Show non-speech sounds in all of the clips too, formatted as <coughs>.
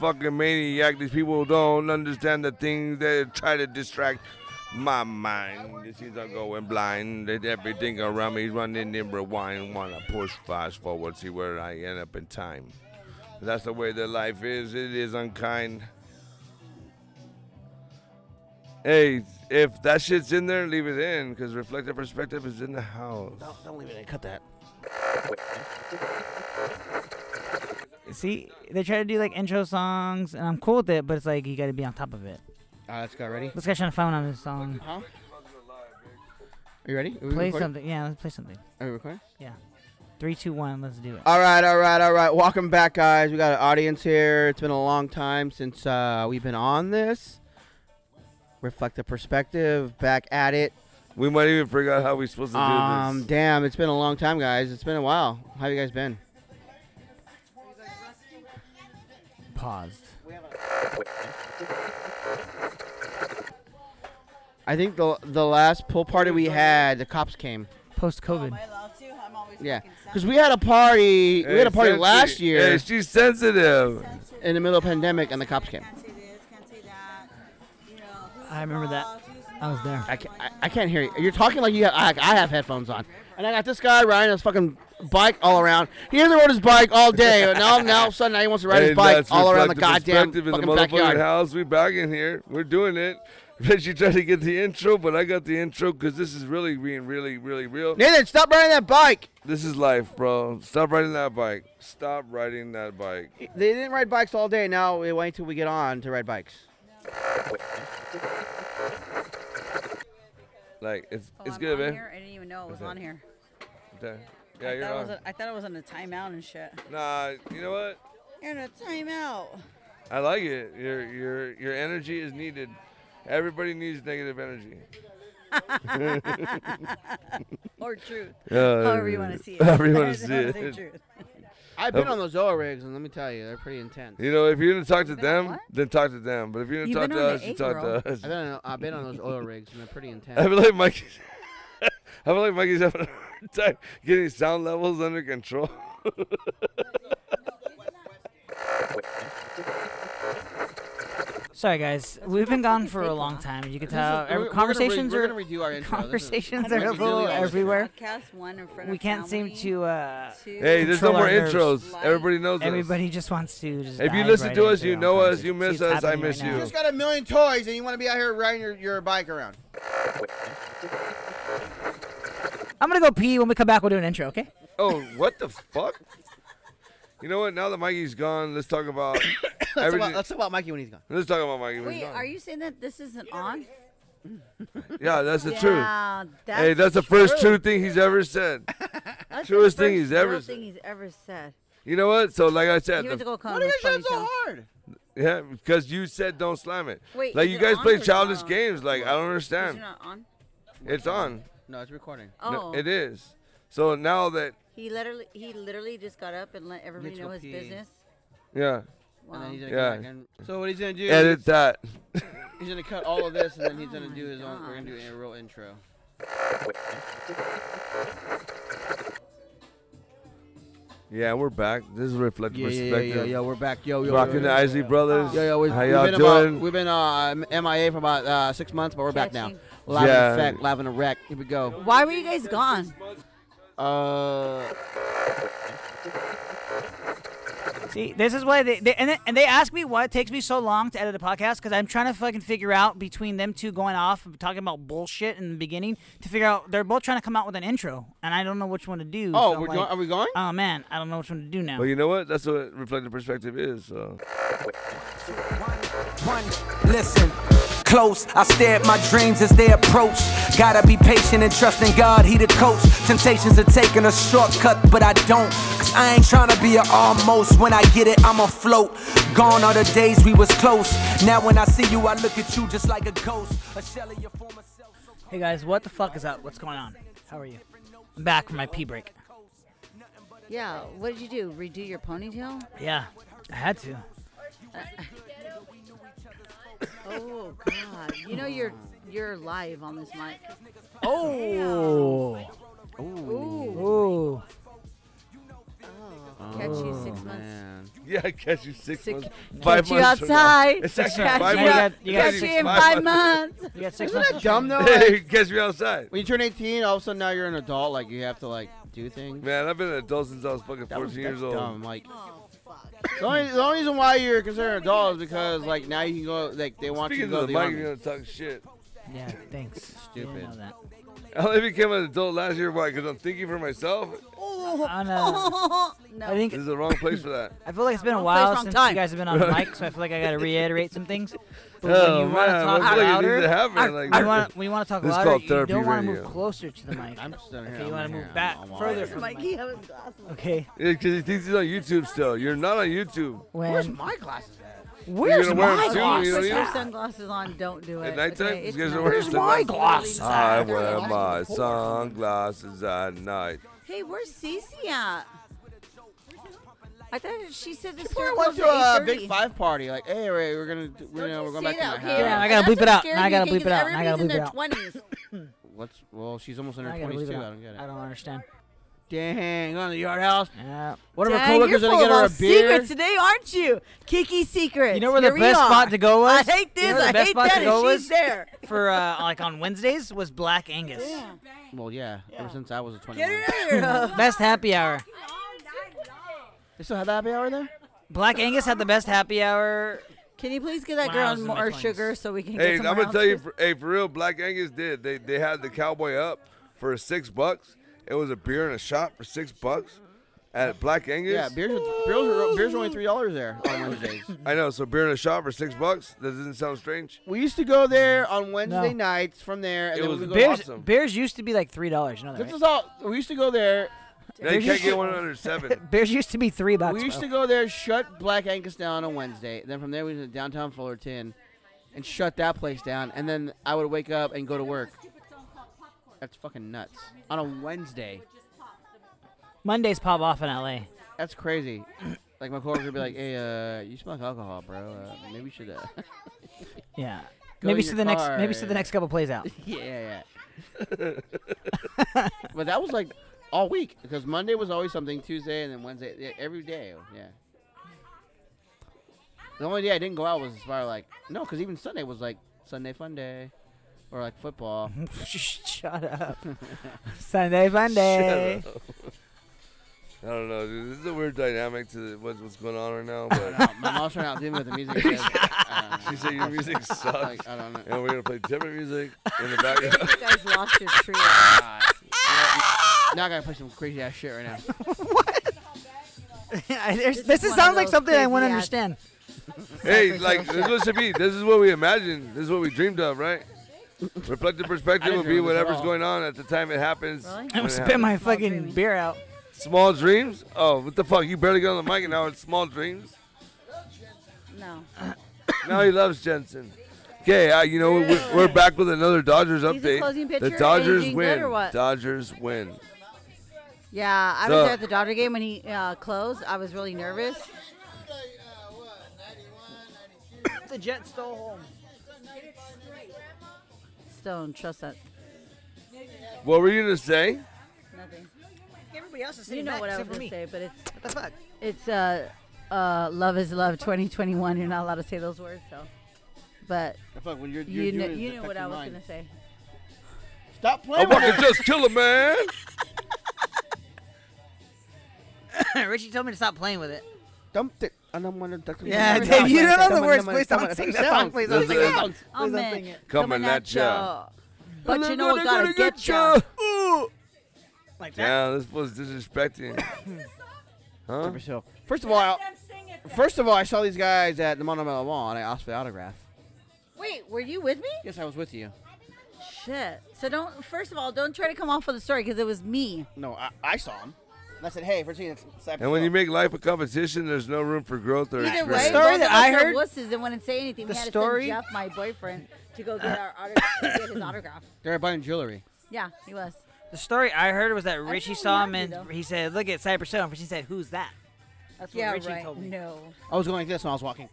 fucking maniac. These people don't understand the things they try to distract my mind. These things are going blind. They, everything around me is running in rewind. Want to push fast forward, see where I end up in time. That's the way that life is. It is unkind. Hey, if that shit's in there, leave it in, because reflective perspective is in the house. No, don't leave it in. Cut that. See, they try to do like intro songs, and I'm cool with it, but it's like you gotta be on top of it. Uh, let's go. Ready? This guy's trying to find on his song. Huh? Are you ready? Are we Play recording? something. Yeah, let's play something. Are we recording? Yeah. Three, two, one. Let's do it. All right, all right, all right. Welcome back, guys. We got an audience here. It's been a long time since uh, we've been on this. Reflective perspective, back at it. We might even figure out how we're supposed to do Um, this. damn, it's been a long time, guys. It's been a while. How you guys been? Paused. I think the the last pool party we had, the cops came. Post Am COVID. I allowed to? I'm always Yeah, fucking because we had a party. we had a Hey, party sensi- last Hey, year she's sensitive. sensitive. in the middle of pandemic, and the cops came. Can't say this, can't say that. You know, who's I remember that. involved, who's I was there. not, I can't, I, like, I can't hear you. You're talking like you have. I, I have headphones on, and I got this guy riding his fucking bike all around. He hasn't rode his bike all day, and now now all of a sudden now he wants to ride Hey, his bike that's all around the reflective goddamn perspective fucking in the motherfucking backyard. house. We back in here. We're doing it. <laughs> Bitch, you tried to get the intro, but I got the intro because this is really being really, really real. Nathan, stop riding that bike. This is life, bro. Stop riding that bike. Stop riding that bike. They didn't ride bikes all day. Now we wait until we get on to ride bikes. Like it's oh, it's I'm good, on man. Here? I didn't even know it was that? on here. Okay. Yeah, I, you're thought it was on. a, I thought it was on a timeout and shit. Nah, you know what? You're in a timeout. I like it. Your your your energy is needed. Everybody needs negative energy. Or truth. Yeah, However you want to see it. Uh, <laughs> however you <laughs> wanna see Say it. truth. I've been Oh. on those Zoa rigs, and let me tell you, they're pretty intense. You know, if you're gonna talk to You've been on them, what? then talk to them. But if you're You've gonna talk been to on us, the then eight, talk girl. to us. I've been on, I've been on those oil rigs, and they're pretty I intense. feel like Mike. <laughs> I feel like Mikey's having a hard time getting sound levels under control. Sorry, guys. We've been gone for a long time. You can tell. We're- we're Every, gonna conversations re- we're are gonna redo our intro. This is- <laughs> conversations This are is a really little awesome. everywhere. Podcast one in front We of can't seem family, to. uh two, hey, there's no Control more our nerves. intros. Everybody knows us. Everybody just wants to. Just If you dive listen right to into us, their you own know us, conversation. you See, miss it's us, I happening miss right you. now. You just got a million toys, and you want to be out here riding your, your bike around. I'm gonna go pee. When we come back, we'll do an intro. Okay? Oh, what the fuck? You know what? Now that Mikey's gone, let's talk <coughs> about Let's talk, everything. about, let's talk about Mikey when he's gone. Let's talk about Mikey. when he's Wait, gone. are you saying that this isn't on? Yeah, that's the truth. yeah, That's Hey, that's the first true thing he's ever said. that's truest the thing first he's ever real said. thing he's ever said. You know what? So, like I said, You have to the, go come. Why do you guys so hard? yeah, because you said don't slam it. Wait, like is you it guys on or play is it childish off? games. Like I don't You're understand. not on. It's on. No, it's recording. Oh, No, it is. So now that He literally, he literally just got up and let everybody Needs to know go his pee. business. yeah, Wow. And then he's gonna Yeah. come back in. So what he's gonna do? edit that. He's gonna cut all of this, and then he's Oh gonna my do his own. We're gonna do gosh. a real intro. Yeah, we're back. This is reflective perspective. We're back. Yo, Rocking the Isley Brothers. Yo, yo, we've, How we've y'all been about- doing? we've been uh, M- MIA for about uh, six months, but we're back now. Catching. Live Yeah. in effect, live in a wreck. Here we go. Why were you guys gone? Uh, See, this is why they, they and, they and they ask me why it takes me so long to edit a podcast because I'm trying to fucking figure out between them two going off and talking about bullshit in the beginning to figure out they're both trying to come out with an intro and I don't know which one to do. oh, so we're like, going, are we going? Oh man, I don't know which one to do now. But you know what? That's what reflective perspective is. So. <laughs> One, listen, close. I stare at my dreams as they approach. Gotta be patient and trust in God, He the coach. Temptations of taking a shortcut, but I don't. Cause I ain't tryna be an almost. When I get it, I'm afloat. Gone are the days we was close. Now when I see you, I look at you just like a ghost. A shell of your former self. so cold. hey guys, what the fuck is up? What's going on? How are you? I'm back from my pee break. Yeah, what did you do? Redo your ponytail? Yeah, I had to. Oh God! You know you're you're live on this mic. Oh, Ooh. oh, Oh. Catch you six months. Man. Yeah, I catch you six, Six- months. catch five you months from now. outside. It's Catch actually you months. five You months. got- out- you got catch six you in months. five months. You got six Isn't months. that to dumb though? Like, <laughs> Hey, catch me outside. when you turn 18, all of a sudden now you're an adult. Like you have to like do things. Man, I've been an adult since I was fucking That was- 14 years old. that's dumb. Like the only, the only reason why you're considered an adult is because like now you can go like they want Speaking you to the to go to the, mic, army. you're gonna talk shit. <laughs> shave. Yeah, thanks. Stupid. You know that. I only became an adult last year. Why? Because I'm thinking for myself. I know. <laughs> No. <laughs> I think This is the wrong place for that. <laughs> I feel like it's been a Wrong place, while wrong since time. you guys have been on the mic, so I feel like I got to reiterate some things. oh But when you want to man, I feel like talk it needs to louder, happen. Like, I want when you want to talk This is louder, called you therapy don't want to move radio. closer to the mic. I'm just down here. Okay, you I'm want on to here, move back I'm on further here. from the Mikey, mic. I was glasses. Okay. because he thinks he's on YouTube still. You're not on YouTube. When, Where's my glasses at? where's You're gonna wear my them too, glasses? you know, Put your yeah. sunglasses on. Don't do it. At nighttime, okay? you It's guys are not- wearing sunglasses. It's not I really wear Ah, nice. my sunglasses at night. Hey, where's Cece at? I thought she said this. I went to a big five party. Like, hey, Ray, we're gonna do- we're, gonna, we're going back to my house. Yeah, I gotta bleep it out. Now I gotta bleep it out. Now I Everybody's gotta in bleep their it out. 20s. What's well, she's almost in her I gotta twenties leave too. it I out. don't get it. I don't understand. Dang, going to the yard house. Yeah. One of her Dang, coworkers you're gonna full get of her a all beer. secrets today, aren't you? Kiki secrets. You know where the Here we best are. spot to go I was? hate You know where this. the I best hate spot to that. go and was? <laughs> she's there. For uh, like on Wednesdays was Black Angus. Well, yeah, ever since I was a Get twenty-one. her out of here. huh? Best happy hour. They still have happy hour there? Black Angus had the best happy hour. Can you please get that When I girl was on in my more 20s. sugar so we can get Hey, I'm somewhere gonna else tell you, to- for, hey, for real, Black Angus did. They they had the cowboy up for six bucks. It was a beer and a shot for six bucks at Black Angus. Yeah, beers are, beers are, beers are only three dollars there <coughs> on Wednesdays. I know. So beer and a shot for six bucks. That doesn't sound strange. we used to go there on Wednesday nights from there, and It then was we would go. Beers, awesome. beers used to be like three dollars. You know that, This right? is all. We used to go there. Now you Beers can't used to- get one under <laughs> seven. Beers used to be three bucks. We used bro. to go there, shut Black Angus down on Wednesday. Then from there, we went to downtown Fullerton and shut that place down. And then I would wake up and go to work. That's fucking nuts. On a Wednesday. Mondays pop off in L.A. That's crazy. <clears throat> Like, my coworker would be like, hey, uh, you smell like alcohol, bro. Uh, maybe you should, uh. Yeah. Go maybe in see your the next. car Maybe see the and- next couple plays <laughs> out. <laughs> <laughs> yeah, yeah, yeah. but that was like all week because Monday was always something, Tuesday, and then Wednesday, yeah, every day. Yeah. The only day I didn't go out was as far like no, because even Sunday was like Sunday fun day, or like football. Shut up. Sunday, Monday. I don't know. Dude. This is a weird dynamic to the, what's what's going on right now. But <laughs> Uh, My mom's trying out dealing with the music. because, I don't she know. said your music sucks, Like, I <laughs> don't know. and we're gonna play different music in the <laughs> background. You guys lost your tree. God. Now I gotta play some crazy ass shit right now. <laughs> I- there's- This this is one is of sounds like those something I crazy want to <laughs> ass- understand. hey, like this is what should be. This is what we imagined. This is what we dreamed of, right? Reflective perspective didn't would be dream of this at whatever's all. going on at the time it happens. Really? I'm when I'm it gonna spit happens. my Small fucking dreaming. beer out. small dreams. Oh, what the fuck? You barely got on the mic, and now it's small dreams. No. Now he loves Jensen. Okay, uh, you know we're, we're back with another Dodgers He's a update. closing the pitcher, Dodgers aging good win. or what? Dodgers win. Yeah, I So- was at the Dodger game when he uh, closed. I was really nervous. The Jets stole home. Still don't trust that. What were you gonna say? Nothing. Everybody else is You know what I was gonna say, but it's What the fuck? it's uh, uh, love is love 2021. You're not allowed to say those words, so. But <laughs> Fuck, when you're, you knew you knew what I was gonna say. Stop I playing. with fucking just kill a <laughs> man. <laughs> Richie told me to stop playing with it. dumped it. And I'm wondering. <laughs> Yeah, Dave, you don't know the words. Please don't sing that song. Please don't sing that song. Oh man, sing it. Coming at ya. But you know what gotta get ya. ya. Ooh. Like that. Yeah, this was <laughs> disrespecting. huh? First of all, I, first of all, I saw these guys at the Monumental Mall and I asked for the autograph. Wait, were you with me? Yes, I was with you. Shit. So don't. First of all, don't try to come off with a story because it was me. No, I, I saw him. And I said, "Hey, first thing, it's Cypress And when you Hill." make life a competition, there's no room for growth or Either experience. way, story both that of us I are heard- wusses and wouldn't say anything. the we had story- to send Jeff, my boyfriend, to go get our autograph, get his autograph. they're buying jewelry. Yeah, he was. The story I heard was that Richie don't saw like him you, and though. he said, "Look at Cypress Hill." And Richie said, "Who's that?" <laughs> That's what yeah, Richie right. told me. No. I was going like this when I was walking.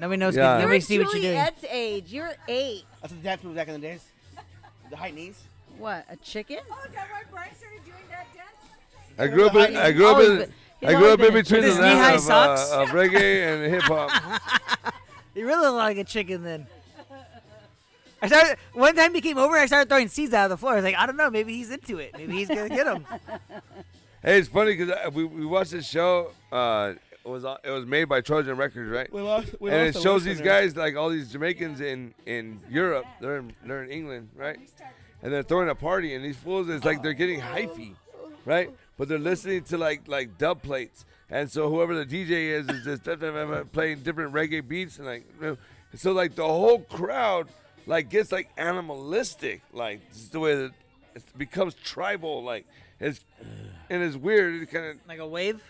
Nobody knows. Yeah. Nobody You're see what you're doing. Juliet's age. You're eight. That's what the dance move back in the days. The high knees. What? A chicken? Oh, is that why Brian started doing that dance? I grew up in I grew up Always in been- he's I grew always up in been a between the With his knee-high land of, socks. uh, of <laughs> reggae and hip hop. You really look like a chicken then. I started one time he came over. I started throwing seeds out of the floor. I was like, I don't know, maybe he's into it. Maybe he's gonna get him. Hey, it's funny because we, we watched this show. Uh, it was it was made by Trojan Records, right? We lost. We and lost it the shows listener. these guys like all these Jamaicans in in Europe. They're in, they're in England, right? And they're throwing a party, and these fools it's like they're getting hyphy, right? But they're listening to like like dub plates, and so whoever the DJ is is just da- da- da- da- playing different reggae beats, and like so like the whole crowd like gets like animalistic, like this is the way that it becomes tribal, like it's and it's weird. It kind of <laughs> Like a wave.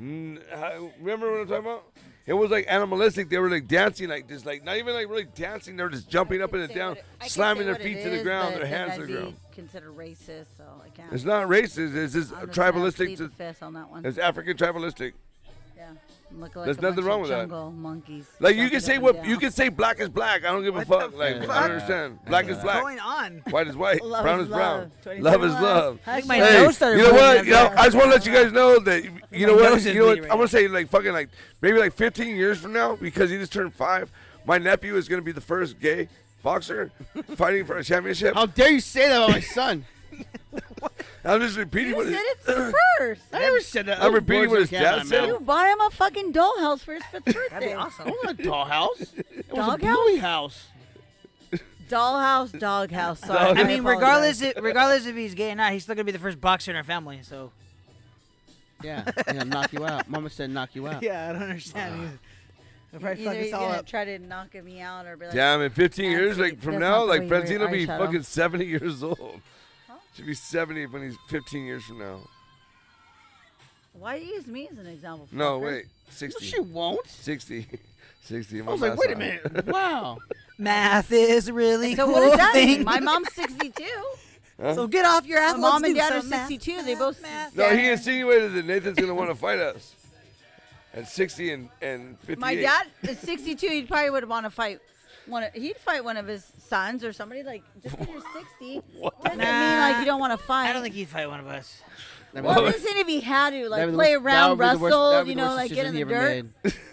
Mm, how- remember what I'm talking about? It was like animalistic. They were like dancing, like just like not even like really dancing. They were just jumping up and Say down, what it- I can slamming say their what feet it to the is, ground, but their then hands to the that'd be ground. Considered racist, so I can't. It's not racist. It's just I'm just gonna tribalistic. plead To, the fifth on that one. it's African tribalistic. yeah. Look like there's a nothing bunch of wrong with that. jungle Monkeys. Like you jumping can say up and what down. you can say. Black is black. I don't give a What the fuck. Like I fuck? don't understand. Black is black. Going on. White is white. Love brown is is brown. love. Love is love. I think my Hey, nose started you know burning what? after You know, that. I just want to let you guys know that you- you know My what? nose is You know what? bleeding right I'm gonna say like fucking like maybe like 15 years from now because he just turned five. My nephew is gonna be the first gay <laughs> boxer fighting for a championship. How dare you say that about my son? I'm just repeating You what. said It, <coughs> <clears throat> it first. <laughs> I never said that. Oh, I'm Those repeating words what his don't count dad in my said. You mouth. bought him a fucking dollhouse <coughs> for his fifth birthday. I want a dollhouse. <laughs> It was a Doghouse? bully house. Dollhouse, doghouse. Sorry. I mean, regardless, if, regardless if he's gay or not, he's still gonna be the first boxer in our family. So Yeah, yeah, knock you out. Mama said knock <laughs> you out. yeah, I don't understand. either. They'll probably fuck Either us he's all gonna up. try to knock me out or be like, Damn, in 15 That's years, it. like from That's now, not the like way your Francine will be eyeshadow. fucking 70 years old. She'll be 70 when he's 15 years from now. why do you use me as an example? No, fucker? wait, No, 60, she <laughs> won't. 60, 60. I was like, wait a minute. Wow. Math is really <laughs> So cool what does that thing. mean? My mom's 62. so get off your ass. My mom let's and do dad are some math. 62. They both. No, he insinuated that Nathan's gonna want to fight us at 60 and and 58. My dad is 62. He probably would want to fight one. Of, he'd fight one of his sons or somebody. Like just because you're 60 <laughs> doesn't mean like you don't want to fight. I don't think he'd fight one of us. That Well, would- I'm just saying if he had to, that would like be the play worst- that around, would be the worst- that would wrestle, be you the know, worst like get decision in he the ever dirt. made. <laughs>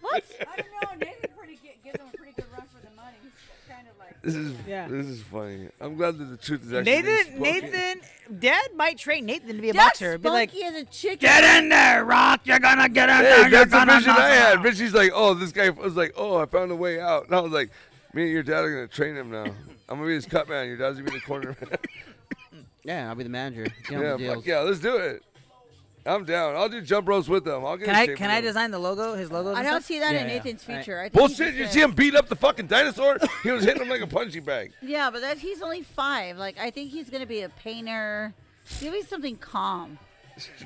What? I don't know. Nathan pretty good, gives him a pretty good run for the money. He's kind of like. This is Yeah. this is funny. I'm glad that the truth is actually being Nathan, spoken. Nathan, Dad might train Nathan to be a That's boxer. funky Be like, as a chicken. get in there, Rock. You're gonna get in there. Hey, you're that's the gonna vision knock I him had. out." Bitchy's like, oh, this guy was like, oh, I found a way out, and I was like, me and your dad are gonna train him now. I'm gonna be his cut man. Your dad's gonna be the corner man. Yeah, I'll be the manager. Get on yeah, the deals. fuck yeah, let's do it. I'm down. I'll do jump ropes with him. I'll get. Can in I shape can with I him. design the logo? His logo. I don't see that Yeah, in yeah. Nathan's All right. future. I think he's Bullshit! just You gonna- see him beat up the fucking dinosaur. He was hitting him like a punching bag. Yeah, but that he's only five. Like I think he's gonna be a painter. Give me something calm.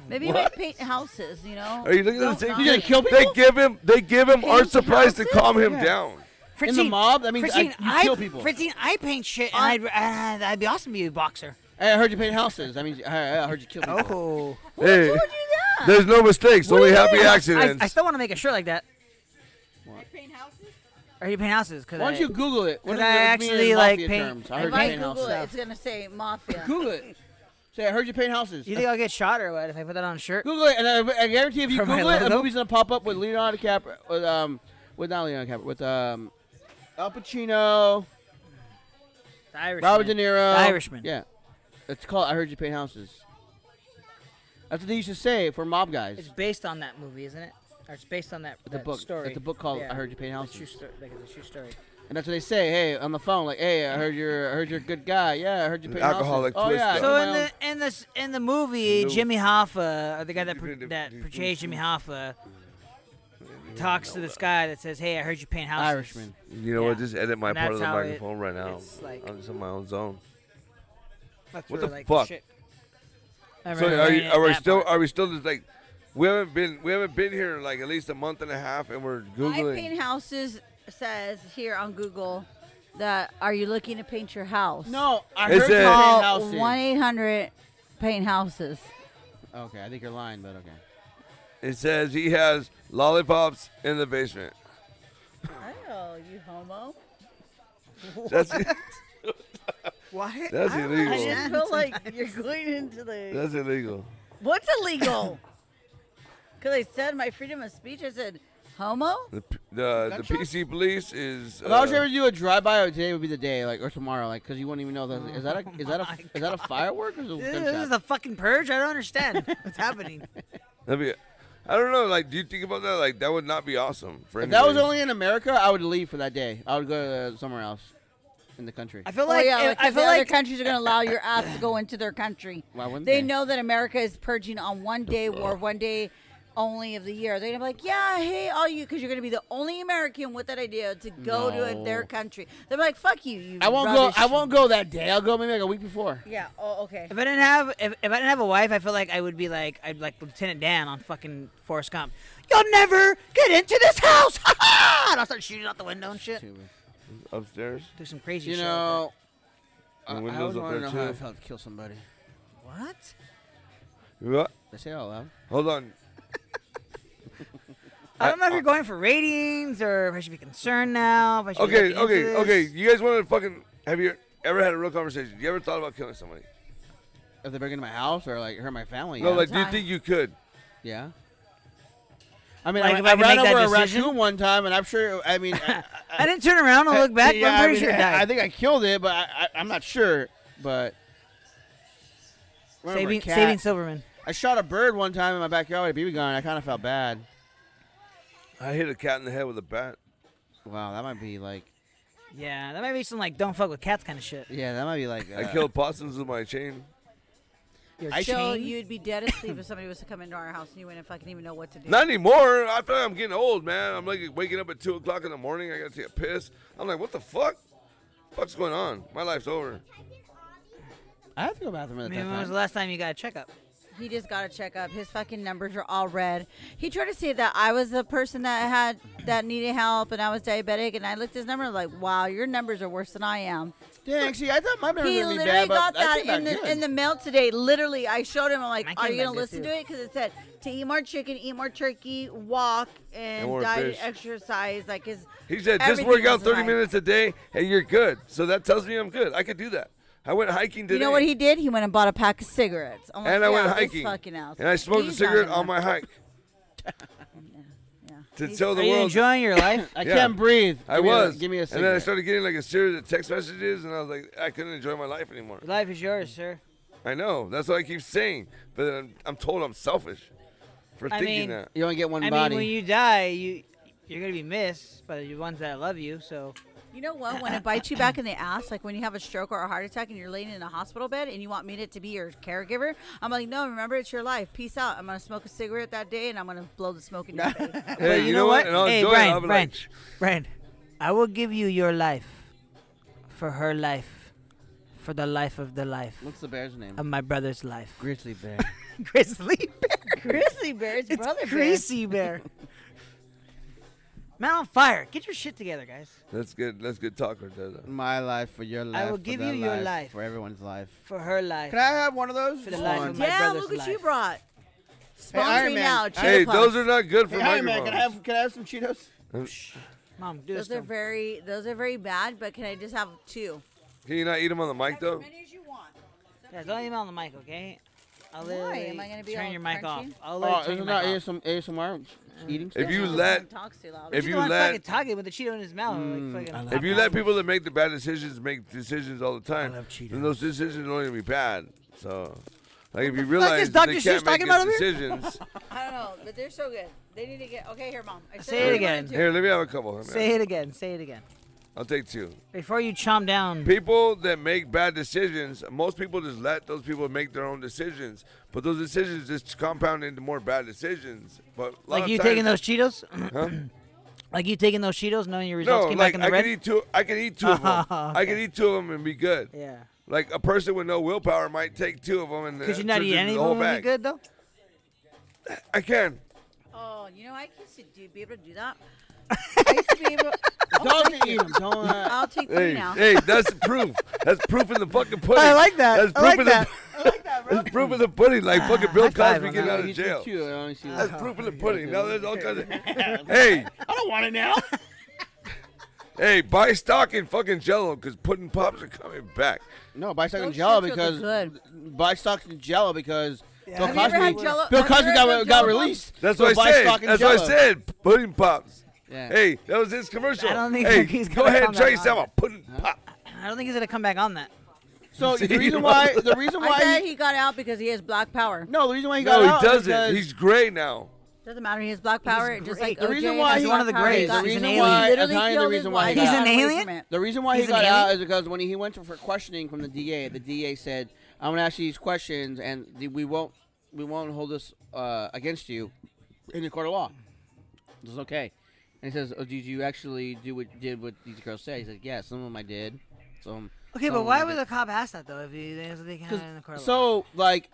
Maybe he might paint houses. You know. Are you looking Don't at the same? knock You gonna it. kill people? They give him. They give him art he supplies to houses? calm him down. In the mob? That means I- Francine, you kill people. Francine, I paint shit, and I'd, uh, that'd be awesome to be a boxer. Hey, I heard you paint houses. I mean, I I heard you kill Oh, people. Hey, Who would do that? there's no mistakes, only happy I, accidents. I still want to make a shirt like that. I paint houses. Or you paint houses? Cause Why I- don't you Google it? What Could does I it mean in actually, like, mafia paint- terms? I I heard If you I paint Google houses. it, it's gonna say mafia. Google it. Say, I heard you paint houses. You think I'll get shot or what if I put that on a shirt? Google it, and I, I guarantee if you For my Google it, a logo? movie's gonna pop up with Leonardo DiCaprio, with um, with not Leonardo DiCaprio, with um, Al Pacino, The Irishman. Robert De Niro, The Irishman. Yeah, it's called I Heard You Paint Houses. That's what they used to say for mob guys. It's based on that movie, isn't it? Or it's based on that, the that book- story. it's a book called Yeah. I Heard You Paint It's a true Houses. sto- like, it's a true story. And that's what they say, hey, on the phone, like, hey, I heard you're, I heard you're a good guy. Yeah, I heard you An paint houses. alcoholic Oh yeah. I twist-up. do So my in own- the in this in the movie, Jimmy Hoffa, or the guy that You pr- could've- that you portrays Jimmy Hoffa, talks to this guy that says, "Hey, I heard you paint houses." Irishman. You know what? Yeah. Just edit my And part of the that's how it- microphone right now. it's like- I'm just in my own zone. That's What where, the like, fuck? shit- So are, you, are we still? Are we still just like? We haven't been. We haven't been here like at least a month and a half, and we're I googling. paint houses says here on Google that are you looking to paint your house? No, I Is heard it- you paint Call houses. one eight hundred paint houses. Okay, I think you're lying, but okay. Uh, It says he has lollipops in the basement. Oh, you homo! That's <laughs> <laughs> Why? that's I illegal. just feel like you're going into the That's illegal. What's illegal? <laughs> Because I said my freedom of speech. I said homo. The p- the, the PC police is. If I was uh, ever to do a drive by, today would be the day, like or tomorrow, like because you wouldn't even know. That, is that a is that a is that a firework or is it a Oh This is gunshot? the fucking purge. I don't <laughs> understand what's happening. that'd be- I don't know. Like, do you think about that? Like, that would not be awesome for If that was anybody. only in America, I would leave for that day. I would go to somewhere else in the country. I feel Oh like yeah, if- like, I the feel other like countries are going to allow your ass to go into their country. <laughs> Why wouldn't they, they? know that America is purging on one day or one day only of the year. They're going to be like, yeah, hey, all you, because you're going to be the only American with that idea to go to No. their country. They're like, fuck you. you I won't rubbish. go. I won't go that day. I'll go maybe like a week before. Yeah. Oh, okay. If I didn't have if, if I didn't have a wife, I feel like I would be like I'd like Lieutenant Dan on fucking Forrest Gump. You'll never get into this house! <laughs> Ha ha! and I'll start shooting out the window and shit. upstairs. Do some crazy You shit. like know, I, I windows always up want there to know how too. it felt to kill somebody. that. what? What? They say it out loud. Hold on. I don't know if you're going for ratings or if I should be concerned now. If I should be Okay, looking into okay, this. okay. You guys want to fucking have you ever had a real conversation? You ever thought about killing somebody? If they break into my house or like hurt my family. no, yeah. like, do you Time. think you could? Yeah. I mean, Like, I, if I, I can ran make that over a decision? raccoon one time, and I'm sure. <laughs> I mean, I, I didn't turn around and look back, yeah, but I'm pretty I mean, sure it I- died. I think I killed it, but I, I, I'm not sure. But Remember a saving, cat. saving Silverman. I shot a bird one time in my backyard with a BB gun. and I kind of felt bad. I hit a cat in the head with a bat. Wow, that might be like, Yeah, that might be some like don't fuck with cats kind of shit. yeah, that might be like. Uh, I killed possums with my chain. Your I Joe, chain? you'd be dead asleep if somebody was to come into our house and you wouldn't fucking even know what to do. Not anymore. I feel like I'm getting old, man. I'm like waking up at two o'clock in the morning. I gotta take a piss. I'm like, what the fuck? What's going on? My life's over. I had to go to the bathroom I at that mean, when was the time. last time you got a checkup? He just got a checkup. His fucking numbers are all red. He tried to say that I was the person that had that needed help and I was diabetic and I looked at his number and like, wow, your numbers are worse than I am. Dang, see, I thought my memory He would be bad, literally got but I that think in I'm the good. in the mail today. Literally, I showed him. I'm like, Mine are came you gonna Monday, listen too. to it? Because it said to eat more chicken, eat more turkey, walk and, And more diet, fish. exercise. Like his. He said, just everything work out was 30 right. minutes a day and you're good. So that tells me I'm good. I could do that. I went hiking today. You know what he did? He went and bought a pack of cigarettes. I'm like, And I yeah, went this hiking. Fucking ass. And I smoked He's a not cigarette gonna- on my hike <laughs> Yeah. to He's- tell Are the you world. enjoying your life? <laughs> I Yeah. can't breathe. I Give me a- was. give me a And then I cigarette. started getting like a series of text messages, and I was like, I couldn't enjoy my life anymore. your life is yours, sir. I know. That's what I keep saying. But then I'm, I'm told I'm selfish for I thinking mean- that. You only get one I body. mean, when you die, you you're gonna be missed by the ones that love you. So You know what? When it bites you back in the ass, like when you have a stroke or a heart attack and you're laying in a hospital bed and you want me to, to be your caregiver, I'm like, no, remember, it's your life. Peace out. I'm going to smoke a cigarette that day and I'm going to blow the smoke <laughs> in your face. Hey, But you know what? And I'll hey, enjoy it. Brian, I'll be Brian, like, Brian, I will give you your life for her life, for the life of the life What's the bear's name? of my brother's life. Grizzly <laughs> bear. <laughs> Grizzly bear. Grizzly bears, It's brother greasy <laughs> bear. Man on fire. Get your shit together, guys. that's good. That's good talk right there. though. My life for your life. will for give their you your life, life. for everyone's life. For her life. Can I have one of those? For the Come life on. of my bear. Yeah, brother's look what you life. brought. Iron Sponsoring Man. now. Cheetah Hey, those Puffs. are not good for Hey, my Iron Man, can I have can I have some Cheetos? Mom, do this. Those to are him. very, those are very bad. But can I just have two? Can you not eat them on the mic As though? many as you want. Yeah, don't even on the mic, okay? I'll Why? literally Am I gonna be turn all your mic off. crunchy? I'll Oh, literally turn isn't your that mic Mm. off. ASM, ASMR eating stuff? If you Just let- don't talk too loud. if She's you the one let- Hmm. fucking talking with the Cheeto in his mouth. like, fucking If you let people that make the bad decisions make decisions all the time, love Cheetos. then those decisions don't even be bad. So, like, if you fuck realize is they Dr. Seuss can't make talking about good over here? <laughs> decisions, I don't know, but they're so good. They need to get okay here, mom. I said Say it I wanted again. to. here, let me have a couple. Let me Say have- it again. Say it again. I'll take two. Before you chomp down. People that make bad decisions, most people just let those people make their own decisions. But those decisions just compound into more bad decisions. But a lot Like of you times- taking those Cheetos? <clears throat> like you taking those Cheetos knowing your results No, came like back in I the could red? eat two. I could eat two <laughs> of them. I could eat two of them and be good. yeah. Like a person with no willpower might take two of them and Could uh, you not turns eat into any the of whole them when bag. good, though? I can. Oh, you know, I used to do, be able to <laughs> do that. I used to be able. <laughs> Don't eat them. <laughs> Don't. Uh, I'll take three Hey, now. hey, that's proof. That's proof in the fucking pudding. <laughs> I like that. That's I proof like in that. Ah, the. I like that, That's proof in the pudding, like fucking Bill five Cosby on getting that. out you of took jail. two, I only see That's one. proof <laughs> in the pudding. Now there's all kinds of. hey, I don't want it now. <laughs> hey, buy stock in fucking Jello because pudding pops are coming back. No, buy stock and Those Jello shits look because good. buy stock and Jello because Bill Have you ever had Cosby, Jell-O- Bill have you ever Cosby got, had got Jell-O Pop? released. That's So what buy I said. stock in That's what I Jell-O. said. Pudding pops. Yeah. Hey, that was his commercial. I don't think hey, he's go gonna ahead and comment try on yourself a pudding pop. I don't think he's gonna come back on that. <laughs> So the reason why the reason I why said he got out because he has black power. no the reason why he got No, out he is doesn't. because- He's gray now. Doesn't matter. He has black power. Just great. like The OJ reason why has he's black one of the power, he greats. got- The he reason literally why- I'm killed telling you the reason his why he wife. got He's an out. alien? Policeman. The reason why He's he an got alien? out is because when he went for questioning from the DA, the DA said, "I'm gonna ask you these questions, and the, we won't we won't hold this uh, against you in the court of law." This is okay. And he says, oh, "Did you actually do what did what these girls said?" He said, "Yeah, some of them I did." um, Some. Okay, some but of why them would I the cop ask that though? If he, they they can't 'Cause- in the car. So like,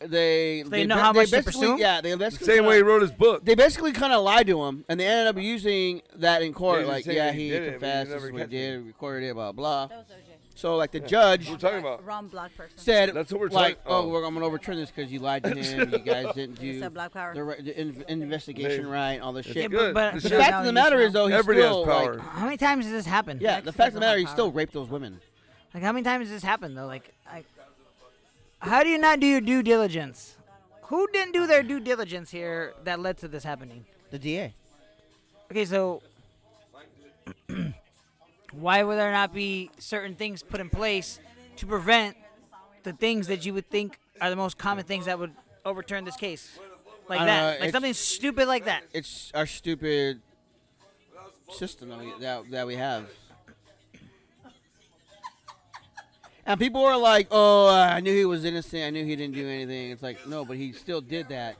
they they know how they much to basically- pursue 'em? Yeah, they basically Same way he wrote his book. they basically kind of lied to him, and they ended up using that in court. Yeah, they like, say yeah, he he did it, but he confessed, never this is what he catch did, recorded it, blah blah. That was OJ. So like the judge What are you talking about? Wrong black person. said, That's what we're like, talking- oh. oh, we're, I'm gonna overturn this because you lied <laughs> to him. you guys didn't do said black power. the, right- the in, investigation They- right, all this Yeah, shit. but- Good. but- This The shit- fact of the matter is though, he's Everybody has still power. like, how many times has this happened? yeah. The fact of the matter, he Power. still raped those women. Like how many times has this happened though? Like, I, how do you not do your due diligence? Who didn't do their due diligence here that led to this happening? The DA. Okay, so <clears throat> why would there not be certain things put in place to prevent the things that you would think are the most common things that would overturn this case? Like I don't know, that. like it's- something stupid like that. It's our stupid system that we, that, that we have. And people were like, "Oh, I knew he was innocent. I knew he didn't do anything." It's like, no, but he still did that.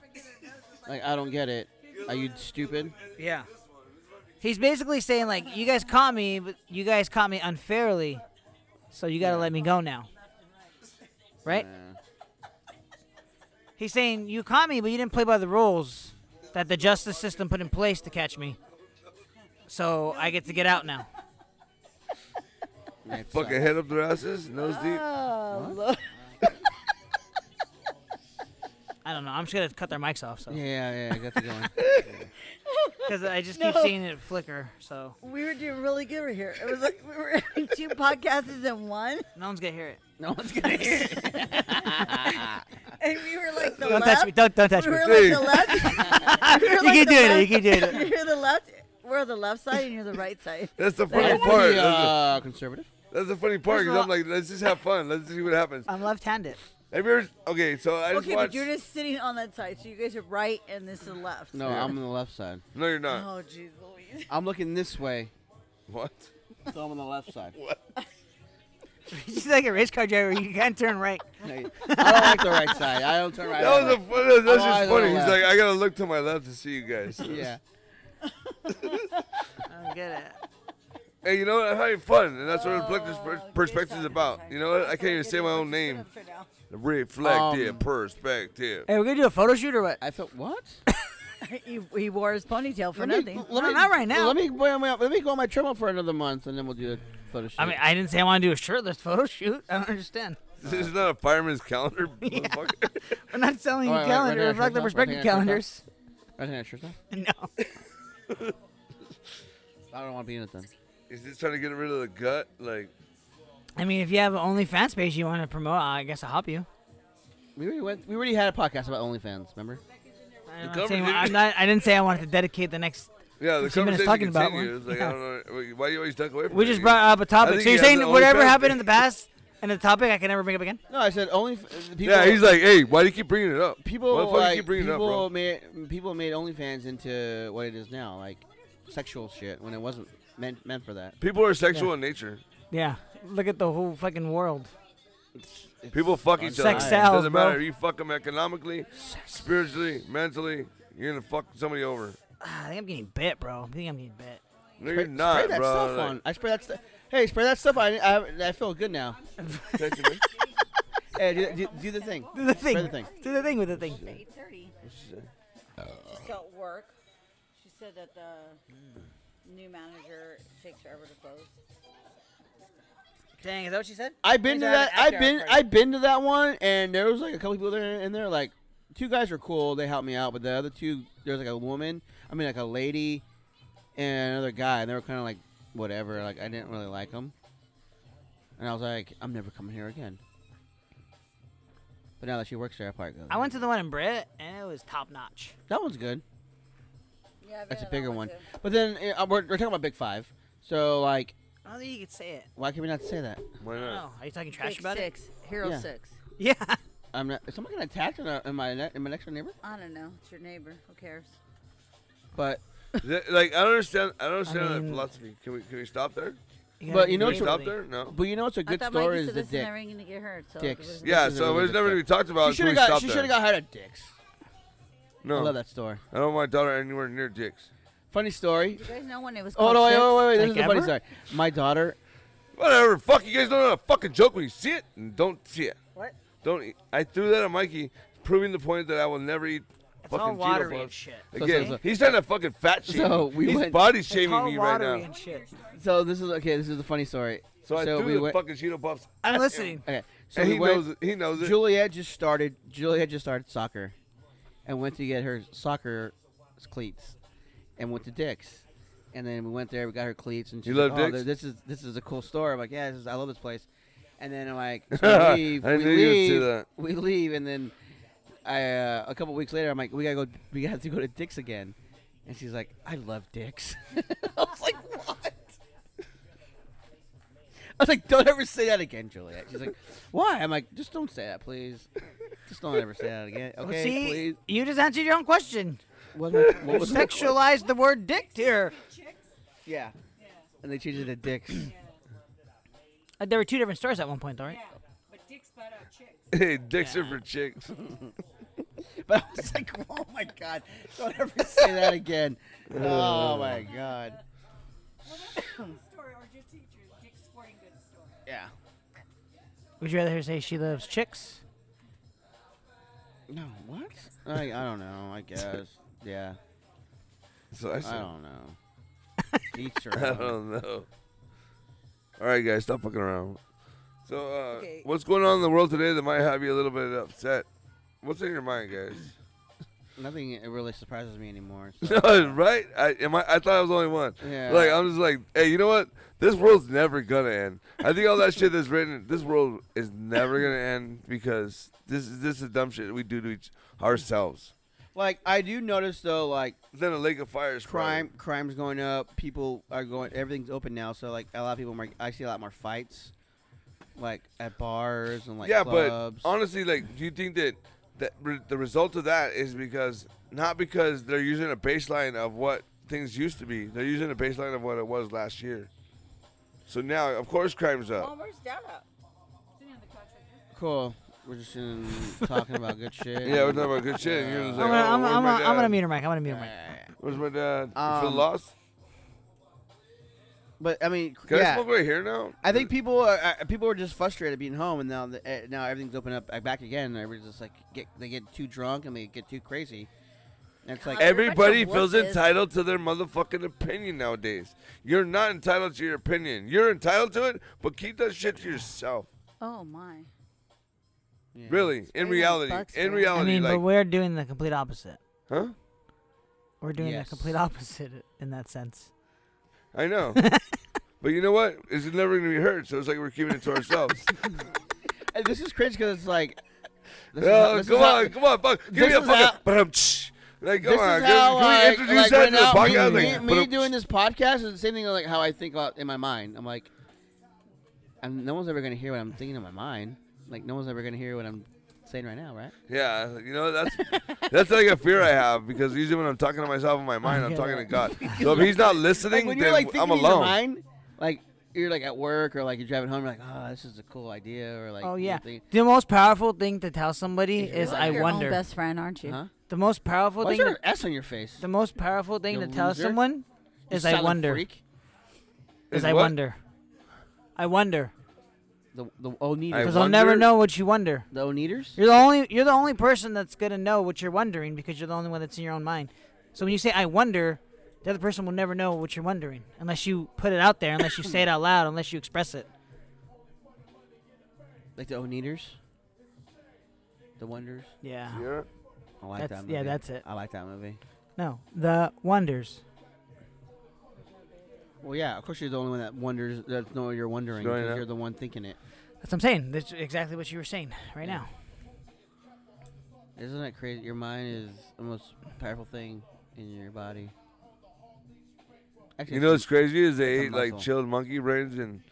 Like, I don't get it. Are you stupid? Yeah. He's basically saying like, you guys caught me, but you guys caught me unfairly, so you got to let me go now. Right? He's saying you caught me, but you didn't play by the rules that the justice system put in place to catch me. So I get to get out now. It's, uh, Fucking head up their asses, nose deep. Ah. I don't know. I'm just gonna cut their mics off, so Yeah, yeah, yeah, I got the going. because I <laughs> just keep seeing it flicker. So We were doing really good right here. It was like we were <laughs> having two podcasts in one, no one's gonna hear it. no one's <laughs> gonna hear. it. and we were like the Don't touch me. Don't don't touch We me. <laughs> were You like Hey. the <laughs> left. we were like keep the doing it. You left- keep doing it. You're the left. We're on the left side, and you're the right side. That's the Are funny you part. That's, the, uh, conservative. that's the funny part First of because I'm all- like, let's just have fun. Let's see what happens. Um, I'm left-handed. <laughs> Have you ever? Okay, so I just Okay, watched. but you're just sitting on that side, so you guys are right, and this is left. No, I'm on the left side. no, you're not. Oh, jeez, Louise. I'm looking this way, What? so I'm on the left <laughs> side. She's like a race car driver. You can't turn right. I don't like the right side. I don't Oh, turn right. That was a fun. That's I'm just on the funny. He's left. like, I gotta look to my left to see you <laughs> guys. yeah. I don't get it. Hey, you know what? I'm having fun, and that's what Oh, Reflective pers- Perspective is about. You know what? I can't even say my own name. Reflective Um, Perspective. Hey, we're gonna do a photo shoot or what? I felt what? He, he wore his ponytail for Let me- nothing. let No, me- not right now. Let me go on my, let me go on my trip for another month, and then we'll do a photo shoot. I mean, I didn't say I want to do a shirtless photo shoot. I don't understand. This <laughs> is not a fireman's calendar, motherfucker. We're not selling All you right, right, calendar. right, reflect the right, perspective right, right, calendars. I think I sure thought- <laughs> No. I don't want to be in it then. Is this trying to get rid of the gut? Like, I mean, if you have an OnlyFans page you want to promote, I guess I'll help you. We already went. We already had a podcast about OnlyFans. Remember? I'm cover not saying, did- <laughs> I'm not, I didn't say I wanted to dedicate the next. yeah, the 15 minutes conversation talking about continues. one. like, I don't know. Why do you always duck away from We it? just You- brought up a I topic. think So he you're has saying the whatever OnlyFans happened in page. the past and the topic I can never bring up again? No, I said only. f- uh, People, Yeah, he's like, hey, why do you keep bringing it up? people why the fuck do like you keep bringing people it up, bro? made people made OnlyFans into what it is now, like sexual shit, when it wasn't meant meant for that. People are sexual in nature. Yeah. Look at the whole fucking world. People fuck each other. Sex It sells, doesn't matter. bro. You fuck them economically, spiritually, mentally. You're gonna fuck somebody over. Ah, I think I'm getting bit, bro. I think I'm getting bit. No, you're Spray- not, spray that bro. stuff Like, on. I spray that stuff. Hey, spray that stuff on. I, I feel good now. touching Hey, do, do, do the thing. <laughs> Do the thing. Spray the thing. Do the thing with the thing. <laughs> Eight thirty. She's at work. She said that the new manager takes forever to close. Dang, is that what she said? I've been Means to I have that. an I've after been. hours party. I've been to that one, and there was like a couple people there, and they're like, two guys were cool. They helped me out, but the other two, there's like a woman. I mean, like a lady, and another guy, and they were kind of like, whatever. Like I didn't really like them, and I was like, I'm never coming here again. But now that she works there, I probably go. I went to the one in Britt, and it was top notch. That one's good. Yeah, I've been That's a to that bigger one. too. But then uh, we're, we're talking about Big Five. So like, I don't think you could say it. why can we not say that? <laughs> <laughs> Why not? Oh, are you talking trash Big about six. Hero Yeah. six. it? Yeah. <laughs> I'm not. Is someone getting attacked in, our, in my ne- in my next door neighbor? I don't know. It's your neighbor. Who cares? But Th- Like I don't understand. I don't understand that mean- philosophy. Can we can we stop there? You But gotta you know Can be we what's- stop neighborly. there? No. but you know what's a good I thought story Mikey is said the this is dick. never going to get hurt. So Dicks. it was- Yeah. This is a So really it's good never gonna be start. talked about. She should until we have got. stop She there. should have got hired at Dick's. No. I love that store. I don't want my daughter anywhere near dicks. Funny story. You guys know when it was Oh called no! Wait, wait, wait, wait! Chicks? Like This is the funny ever? story. My daughter. Whatever. Fuck. You guys don't know how to fucking joke when you see it and don't see it. What? Don't. e, I threw that at Mikey, proving the point that I will never eat. It's fucking all Cheeto watery and puffs. shit. So- Again, so- so- he's trying to fucking fat shame. So me. we he's went- body It's all shaming me right watery now. and shit. So this is okay. This is the funny story. So I threw we the went. fucking Cheeto puffs. I'm listening. Okay. So And we he went. knows it. He knows it. Juliet just started. Juliet just started soccer, and went to get her soccer cleats, and went to Dick's, and then we went there. We got her cleats, and she You like, love oh, Dick's?" this is this is a cool store. I'm like, yeah, this is, I love this place. And then <laughs> I'm like, so I we leave, knew we you would say leave, that. we leave, and then I uh, a couple weeks later, I'm like, we gotta <laughs> go, we have to go to Dick's again, and she's like, I love Dick's. <laughs> I was like, what? I was like, don't ever say that again, Juliet. She's like, why? I'm like, just don't say that, please. Just don't ever say that again. Well, Okay, see, please. you just answered your own question. What, was- what was that? Sexualized the word dick here. Yeah. And they changed it to Dick's. <laughs> Uh, there were two different stores at one point, though, right? But Dick's butt out chicks. <laughs> Hey, dicks are for chicks. <laughs> But I was like, oh my god, don't ever say that again. <laughs> Oh my god. Well, that's the store or just teachers. Dick's sporting goods store. Yeah. Would you rather her say she loves chicks? No, what? I, I don't know. I guess. Yeah. So I said, I don't know. Each <laughs> your I own. don't know. All right, guys, stop fucking around. So, uh, Okay. what's going on in the world today that might have you a little bit upset? What's in your mind, guys? Nothing it really surprises me anymore. So. <laughs> No, right? I am I, I thought I was the only one. Yeah. Like I'm just like, hey, you know what? This world's never gonna end. I think all that shit that's written, this world is never gonna end because this is this is dumb shit we do to each ourselves. Like I do notice though, like Then a lake of fire is crime crime's going up. People are going. Everything's open now, so like a lot of people. More, I see a lot more fights, like at bars and like yeah, clubs. but honestly, like, do you think that that re- the result of that is because not because they're using a baseline of what things used to be, they're using a baseline of what it was last year. So now, of course, crime's up. Palmer's down up. cool. We're <laughs> just in, talking about good shit. Yeah, we're talking <laughs> about good shit. And you're just like, I'm gonna, oh, I'm, where's I'm, my gonna, I'm dad? gonna mute her mic. I'm gonna mute her mic. Where's my dad? you Um, feel lost? But I mean, Can I yeah. smoke right here now? I think people are uh, people are just frustrated being home, and now the, uh, now everything's open up uh, back again. and Everybody's just like get they get too drunk and they get too crazy. And it's like Everybody bunch feels of wusses. entitled to their motherfucking opinion nowadays. You're not entitled to your opinion. You're entitled to it, but keep that shit to yourself. Oh my. yeah. Really, in like reality, bucks, in man. I reality, mean, but like, we're doing the complete opposite. huh? We're doing Yes. the complete <laughs> opposite in that sense. I <laughs> know. but you know what? It's never going to be heard, so it's like we're keeping it to ourselves. And this is crazy because it's like <laughs> this is how- oh, this is come how- on, come on, fuck. Give me this a is fucking. how- But I'm. Like, come this on. can- is how can we like, introduce like, that right to the now, podcast? Me, Like, me- me but- doing this podcast is the same thing like how I think about in my mind. I'm like, and no one's ever gonna hear what I'm thinking in my mind. Like no one's ever gonna hear what I'm saying right now, right? Yeah, you know that's that's like a fear I have because usually when I'm talking to myself in my mind, I'm Yeah. talking to God. So if He's not Like listening, when then you're like thinking I'm in your alone. mind, like you're like at work or like you're driving home, you're like, oh, this is a cool idea, or like, oh you yeah. think- The most powerful thing to tell somebody is You're I your wonder. Own best friend, aren't you? Huh? The most powerful Why's thing. there an to- S on your face? the most powerful thing You to tell loser? someone You is I silent wonder. freak. Is Is I what? wonder. I wonder The the Oneaters. I because I'll never wonder- know what you wonder. the Oneaters. You're the only you're the only person that's gonna know what you're wondering because you're the only one that's in your own mind. So when you say I wonder, the other person will never know what you're wondering unless you put it out there, unless you say it out loud, unless you express it. Like the Oneaters. The Wonders. Yeah. Yeah. I like That's- that movie. yeah, that's it. I like that movie. No, the wonders. Well, yeah, of course you're the only one that wonders. That's no, you're wondering Sure because enough. you're the one thinking it. That's what I'm saying. That's exactly what you were saying right now. Isn't that crazy? Your mind is the most powerful thing in your body. Actually, You know what's crazy is they It's a ate like muscle. chilled monkey brains and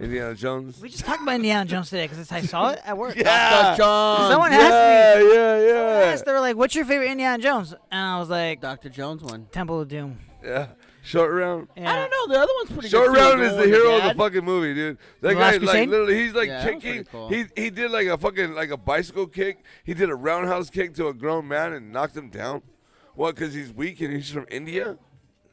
Indiana <laughs> Jones. We just talked about Indiana Jones today because I saw it at work. Yeah, Dr. Jones. Someone yeah, asked me. yeah, someone yeah, asked, they were like, "What's your favorite Indiana Jones?" And I was like, Dr. Jones one. "Temple of Doom." yeah. Short round. Yeah. I don't know. The other one's pretty Short good. too, Round is one the with hero of the dad. fucking movie, dude. The That guy, Last like, Crusade? literally, he's like Yeah, that was kicking. pretty cool. He he did like a fucking like a bicycle kick. He did a roundhouse kick to a grown man and knocked him down. What? Because he's weak and he's from India.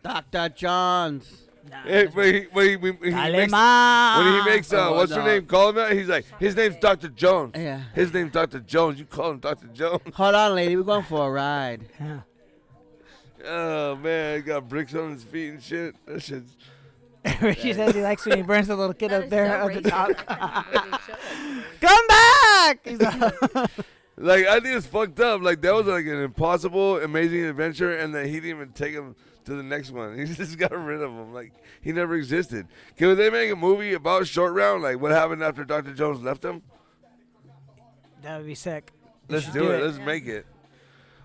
Dr. Johns. Hey, when he, when he, when he makes, when he Kalema. <laughs> makes uh, Oh, what's her no. name? Call him out. He's like, his name's Doctor Jones. Yeah. His name's Doctor Jones. You call him Doctor Jones. <laughs> Hold on, lady. We're going for <laughs> a ride. Oh man, he got bricks on his feet and shit. That shit's. Richie says he likes when he burns the little kid That up is there so up the <laughs> top. racist. That show <laughs> is Come back! He's like- <laughs> Like I think it's fucked up. Like that was like an impossible, amazing adventure, and then he didn't even take him to the next one. <laughs> He just got rid of him. Like he never existed. Can they make a movie about Short Round? Like what happened after Doctor Jones left him? that would be sick. Let's should do do it. it. Let's make it.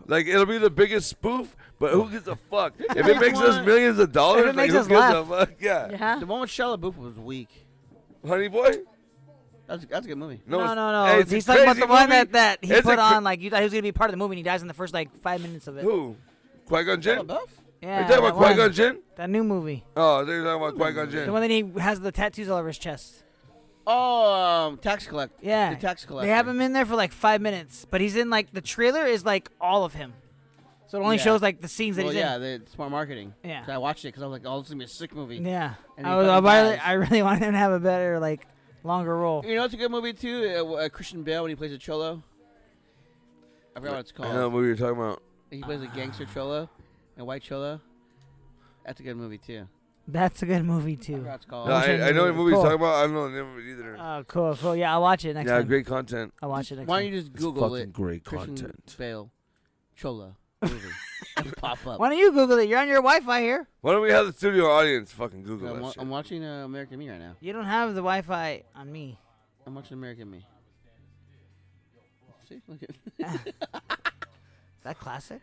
Like it'll be the biggest spoof, but who gives a <laughs> fuck? If it makes us one- millions of dollars, If it like, makes who us gives laugh. a fuck? Yeah. Yeah. The one with Shia LaBeouf was weak. Honey boy? That's that's a good movie. No, it's- no, no. hey, it's a He's talking about crazy the one movie. that, that he It's a put cra- on. Like, you thought he was going to be part of the movie, and he dies in the first, like, five minutes of it. Who? Qui Gon Jinn? LaBeouf? Are Yeah, you talking Oh, that, about Qui Gon one. Jinn? that new movie. Oh, they're talking about Qui Gon The Jinn. one that he has the tattoos all over his chest. Oh, um, tax collect. Yeah. the tax collector. They have him in there for, like, five minutes, but he's in, like, the trailer is, like, all of him. So it only Yeah. shows, like, the scenes that Well, he's yeah, the smart marketing. Yeah. So I watched it because I was like, "Oh, this is gonna be a sick movie." in. Yeah. And he I, was, I, fucking really, dies. I really <laughs> wanted him to have a better, like, longer role. You know, it's a good movie too. Uh, w- uh, Christian Bale when he plays a cholo. I forgot what it's I don't know called. what you're talking about. He plays a <sighs> gangster cholo, a white cholo. That's a good movie too. That's a good movie, I too. forgot what it's called. No, wish I I, I knew know it what was movie he's cool. talking about. I don't know the name of it either. Uh, Oh, cool, cool. Yeah, I'll watch it next yeah, time. great content. I'll watch it next Why time. <laughs> don't you just Google fucking it? great Christian content. Bale, <laughs> cholo movie. It'll pop <laughs> up. Why don't you Google it? You're on your Wi-Fi here. Why don't we have the studio audience fucking Google I'm, that wa- shit? I'm watching uh, American Me right now. You don't have the Wi-Fi on me. I'm watching American Me. See, look at <laughs> Is that classic?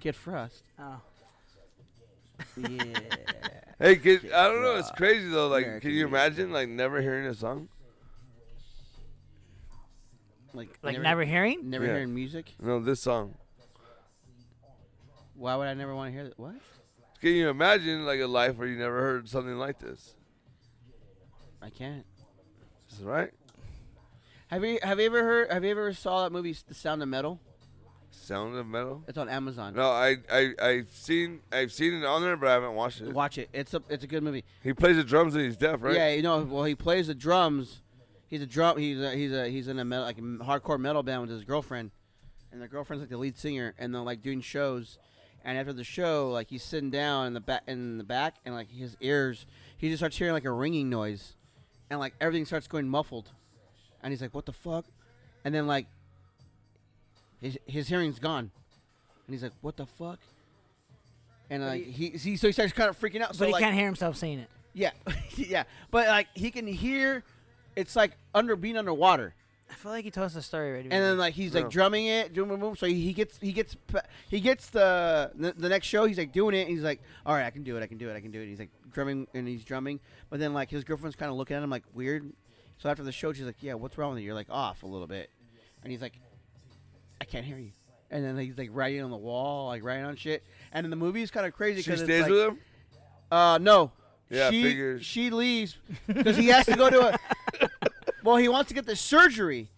Kid Frost. Oh. Yeah. Hey, kid, I don't know. It's crazy though. Like, American can you Beauty. imagine like never hearing a song? like Like never hearing? never Yeah. hearing music. No, this song. Why would I never want to hear that? What? Can you imagine like a life where you never heard something like this? I can't. Is it right? Have you have you ever heard? Have you ever saw that movie, The Sound of Metal? Sound of metal. It's on Amazon. No, I I I've seen I've seen it on there, but I haven't watched it. Watch it. It's a it's a good movie. He plays the drums and he's deaf, right? Yeah, you know. Well, he plays the drums. He's a drum. He's a, he's a he's in a metal, like m- hardcore metal band with his girlfriend, and the girlfriend's like the lead singer, and they're like doing shows. And after the show, like he's sitting down in the back in the back, and like his ears, he just starts hearing like a ringing noise, and like everything starts going muffled, and he's like, "What the fuck?" And then like his his hearing's gone, and he's like, "What the fuck?" And like he, he so he starts kind of freaking out. So but he like, can't hear himself saying it. yeah, <laughs> yeah, but like he can hear, it's like under being underwater, I feel like he told us the story already. and then like he's Yeah. like drumming it, doom, boom, boom. So he, he gets he gets p- he gets the, the the next show. He's like doing it. And he's like, all right, I can do it, I can do it, I can do it. He's like drumming and he's drumming, but then like his girlfriend's kind of looking at him like weird. So after the show, she's like, yeah, what's wrong with you? You're like off a little bit, and he's like, I can't hear you. And then he's like writing on the wall, like writing on shit. And in the movie, it's kind of crazy. She 'cause stays it's, like, with him. uh, no. Yeah, she figures. she leaves because he has to go to a. <laughs> well, he wants to get the surgery.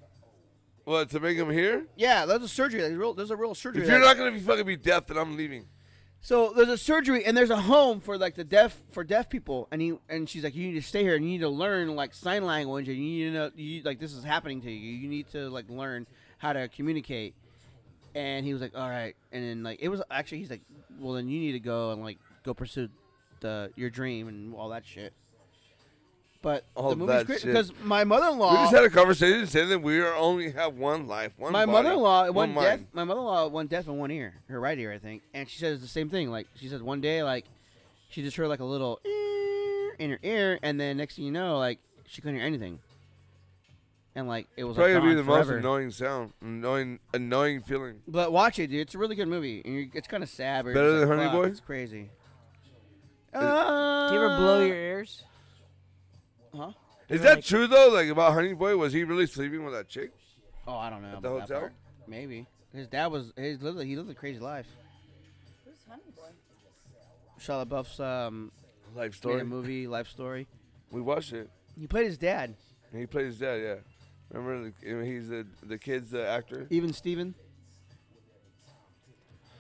What to make him hear? Yeah, there's a surgery. There's a real, there's a real surgery. If you're there. not gonna be fucking be deaf, then I'm leaving. so there's a surgery and there's a home for like the deaf for deaf people. And he and she's like, you need to stay here and you need to learn like sign language and you need to know you, like this is happening to you. You need to like learn how to communicate. And he was like, all right. And then like it was actually he's like, well then you need to go and like go pursue the your dream and all that shit. But All the movie's that great shit. because my mother-in-law, We just had a conversation saying that we are only have one life, one. my body, mother-in-law, one one death, mind. my mother-in-law, one death in one ear, her right ear, I think. And she says the same thing. Like she says, one day, like she just heard like a little in her ear, and then next thing you know, like she couldn't hear anything. and like it was like, Probably gonna be gone the forever. most annoying sound, annoying, annoying feeling. But watch it, dude. It's a really good movie. And you, it's kind of sad. But Better than it's like, Honey fuck, Boy? It's crazy. Uh, Do you ever blow your ears? Huh? Is that true though? Like about Honey Boy, was he really sleeping with that chick? Oh, I don't know. the about that hotel? part. Maybe his dad was. His lived. He lived a crazy life. Who's Honey Boy? Shia LaBeouf's um Life made story. a movie life story. We watched it. He played his dad. And he plays his dad. Yeah. Remember, the, he's the the kid's the actor. Even Steven.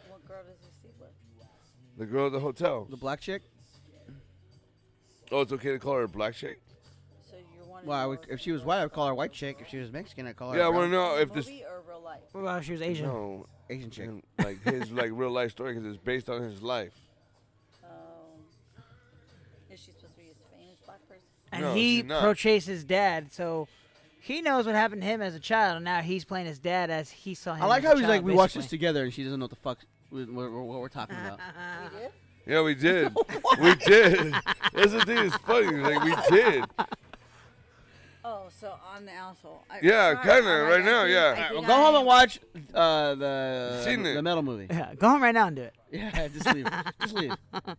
What girl does he sleep with? The girl at the hotel. The black chick? Oh, it's okay to call her a black chick. So you're one. Well, I would, if she was white, I would call her white chick. If she was Mexican, I'd call her Yeah, I want Oh, brown- to know if this. movie or real life? Well, she was Asian. No, Asian chick. and, like his like real life story because it's based on his life. Oh. Is she supposed to be a famous black person? And No, he she's not. portrays his dad, so he knows what happened to him as a child, and now he's playing his dad as he saw him. I like as a how he's child, like, we watched this basically. together, and she doesn't know what the fuck we, we're, we're- what we're talking <laughs> about. we did. Yeah, we <laughs> did. we did. That's the thing. It's funny. Like we did. Oh, so I'm the asshole. I, Yeah, sorry, kinda, I'm right I now, do- yeah. I Alright, do Well, not go home know. and watch uh, the Seen it. the metal movie. Yeah, go home right now and do it. <laughs> Yeah, just leave. just leave. I told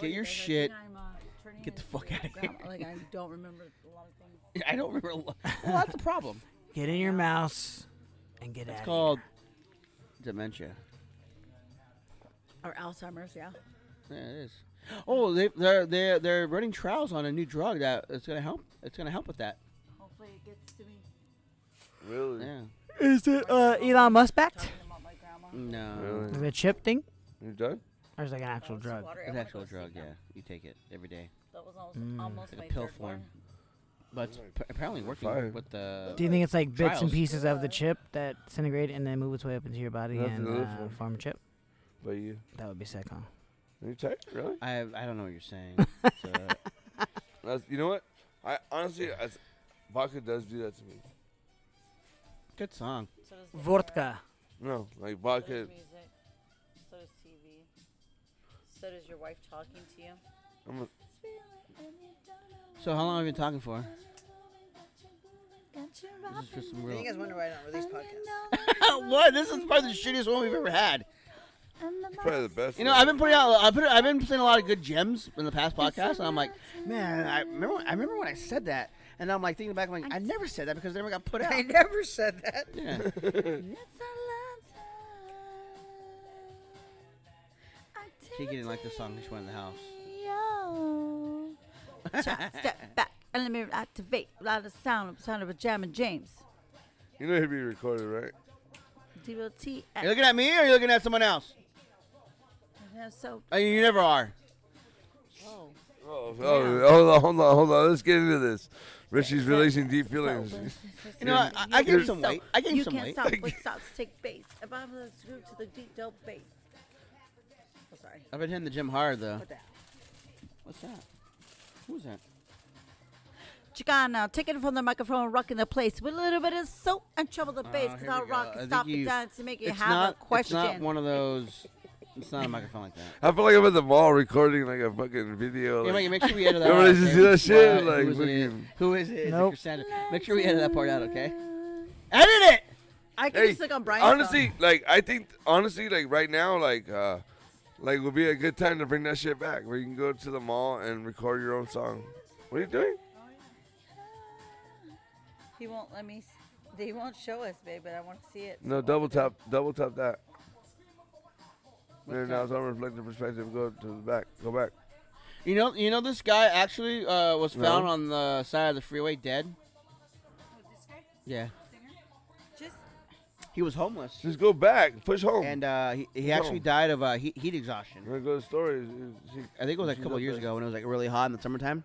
get you your guys, I think shit. I'm, uh, turning Get the into fuck a outta here. grandma. Like I don't remember a lot of things. <laughs> I don't remember. a lot. <laughs> Well, that's the problem. Get in your mouse and get It's out. called dementia. Or Alzheimer's, yeah. Yeah, it is. Oh, they, they're they're they're running trials on a new drug that it's gonna help. It's gonna help with that. Hopefully it gets to me. Really? Yeah. Is it uh, Elon Musk backed? Talking about my grandma. No. Really? Is it a chip thing, You done? or is it like an actual It's drug? water. I It's wanna actual go see drug. Yeah, them. you take it every day. That was almost, almost Mm, Like my a pill third form. one. But it's p- apparently working Fire. with the. Do you think it's like bits and Trials. pieces of the chip that disintegrate and then move its way up into your body Nothing to and live uh, for. form a chip? But you? That would be sick, huh? You tired? Really? I I don't know what <laughs> you're saying. so, That's, you know what? I honestly, that's, vodka does do that to me. good song. So does the Vodka. No, like So does vodka. music. So does TV. So does your wife talking to you. I'm a, So how long have you been talking for? This is just some real. wonder why I don't release podcasts. <laughs> what? This is probably the shittiest one we've ever had. probably the best. You know, one. I've been putting out. I put. I've been putting a lot of good gems in the past podcast, and I'm like, man, I remember. I remember when I said that, and I'm like thinking back, I'm like, I never said that because it never got put out. never said that. <laughs> Yeah. She didn't like the song. She went in the house. <laughs> Step back and let me activate. A lot of sound, sound of a jam and James. You know he'd be recorded, right? D-O-T. You looking at me or you looking at someone else? So I mean, you never are. Oh, oh, hold on, hold on, hold on. Let's get into this. Richie's releasing deep feelings. You know, I, I gained some So, weight. I gained you some can't weight. <laughs> stop with stops, take bass. Above the group to the deep dope bass. Oh, I'm sorry. I've been hitting the gym hard though. that? What's that? Who's that? Chicana, taking it from the microphone, rocking the place with a little bit of soul and trouble the bass. Oh, Cause here I'll we rock go. and I think stop you- and dance to make you it's have not. a question. It's not one of those. It's not a microphone like that. I feel like I'm at the mall recording like a fucking video. Yeah, like- Mikey, make sure we edit that. Everybody out, should okay? see that shit, Why- like, who is it? fucking- Who is it? Is it Nope. Cassandra? Make sure we edit that part out, okay? Edit it. I can Hey, just look on Brian's honestly, like I think honestly, like right now, like uh like would be a good time to bring that shit back where you can go to the mall and record your own song. What are you doing? phone. He won't let me. s- They won't show us, babe, but I want to see it. No, double tap double tap that. There now it's on reflective perspective. Go to the back. Go back. You know, you know, this guy actually uh, was No. found on the side of the freeway dead. Yeah, Just he was homeless, Just go back. Push home. and uh, he, he actually No. died of uh, heat, heat exhaustion. We're gonna go to stories. She- I think it was like a she's couple up years there. ago when it was like really hot in the summertime.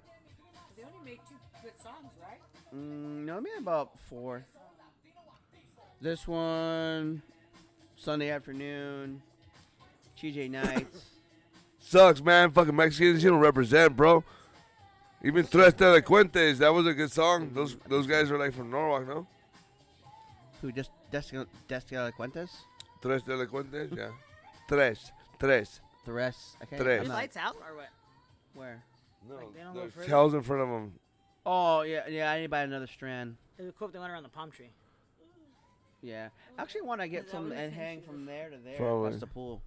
They only made two good songs, right? Mm, no, I mean about four. This one, Sunday afternoon, <laughs> TJ Nights. Sucks, man. Fucking Mexicans, you don't represent, bro. Even Tres Telecuentes, that was a good song. Those those guys are like from Norwalk, no? Who just Desca Desca Cuentas? Tres Telecuentes, yeah. Tres. Tres. The rest, okay. Tres. I'm not- out or what? Where? No, Like, they don't go there's further? cows in front of them. Oh yeah, yeah. I need to buy another strand. The cool if they went around the palm tree. Yeah, actually, want to get some and hang from there to there. Probably. That's the pool.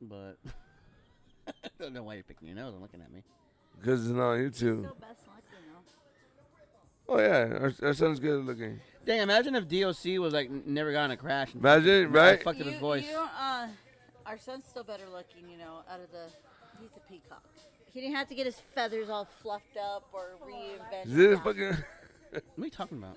But <laughs> I don't know why you're picking your nose and looking at me. Because it's not on YouTube. So best luck, you know. Oh, yeah. Our, our son's good looking. Dang! Imagine if DOC was like n- never got in a crash. And Imagine, right? Fucked up you, his voice. You don't, uh, our son's still better looking, you know, out of the. He's a peacock. He didn't have to get his feathers all fluffed up or reinvented. This <laughs> Yeah. fucking. What are you talking about?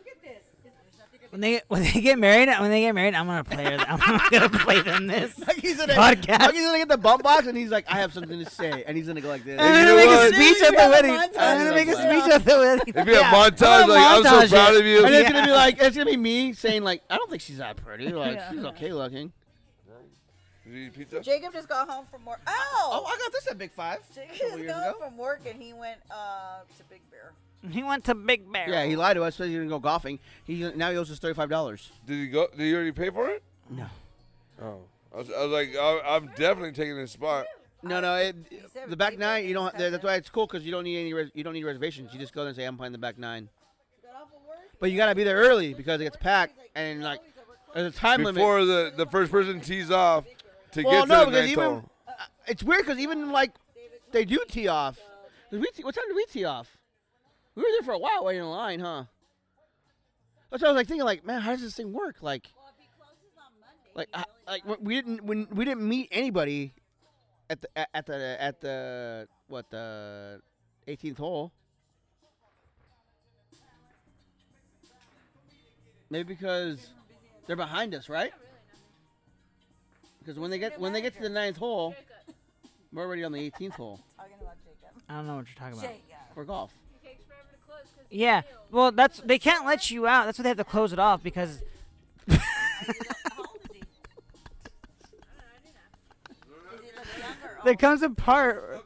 When they when they get married, when they get married, I'm gonna play. her- <laughs> I'm gonna play them this. He's gonna, Podcast. Like he's gonna get the bump box and he's like, I have something to say, and he's gonna go like this. I'm you gonna know make what? a speech at the Have a wedding. montage. I'm gonna make a Yeah. speech at the wedding. If you have Yeah. montage, I'm gonna like, I'm so montage proud it. of you. And it's Yeah. gonna be like it's gonna be me saying like I don't think she's that pretty. Like Yeah. she's okay looking. You need pizza? Jacob just got home from work. Oh! got this at Big Five. Jacob just got home from work and he went uh, to Big Bear. <laughs> He went to Big Bear. Yeah, he lied to us. Said he didn't go golfing. He now he owes us thirty five dollars. Did you go? Did you already pay for it? No. Oh. I was, I was like, I, I'm definitely taking this spot. No, no. It, said the back Big nine, Mac you don't. and Coke. That's why it's cool because you don't need any. Res, you don't need reservations. You just go there and say I'm playing the back nine. Got off of work? But you gotta be there early because it gets packed and like there's a time limit. Before the, the first person tees off to Well, get no, to the because night even it's weird because even like they do tee off. Did we tee, what time did we tee off? We were there for a while waiting in line, huh? That's what I was like thinking, like, man, how does this thing work? Like, like, I, like we- we didn't when we didn't meet anybody at the at- at the at the what the 18th hole. Maybe because they're behind us, right? Because when they get when they get to the ninth hole, we're already on the 18th hole Talking about Jacob. I don't know what you're talking about. Jacob. for golf. Yeah. Well, that's they can't let you out. That's why they have to close it off because oh, there comes a part.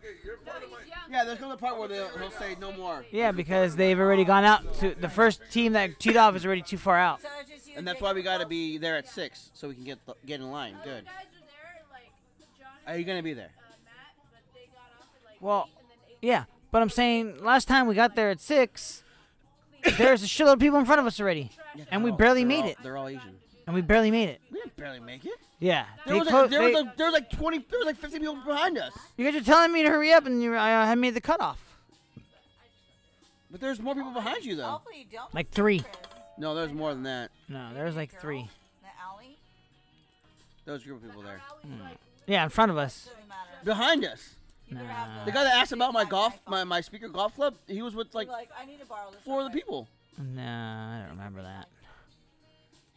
Yeah, there's comes a part where they'll, they'll say no more, Yeah, because they've already gone out to the first team that teed off is already too far out. So it's just you and that's why we gotta be there at six so we can get the, get in line. Good. Are you gonna be there? Well, yeah, but I'm saying last time we got there at six, there's a shitload of people in front of us already, and we They're all- barely they're made all- it. They're all Asian. And we barely made it. We didn't barely make it. Yeah. There they was, clo- like, there, they- was like, there was like 20, there was like 50 people behind us. you guys are telling me to hurry up, and you, I, I had made the cutoff. But there's more people behind you though. Hopefully you don't. Like three. No, there's more than that. No, there was like three. The alley? There was a group of people there. Yeah, in front of us. Doesn't matter. Behind us. You better have The guy that asked about my golf, my, my speaker golf club, he was with like Like, I need to borrow this. four real of the quick. people. No, I don't remember that.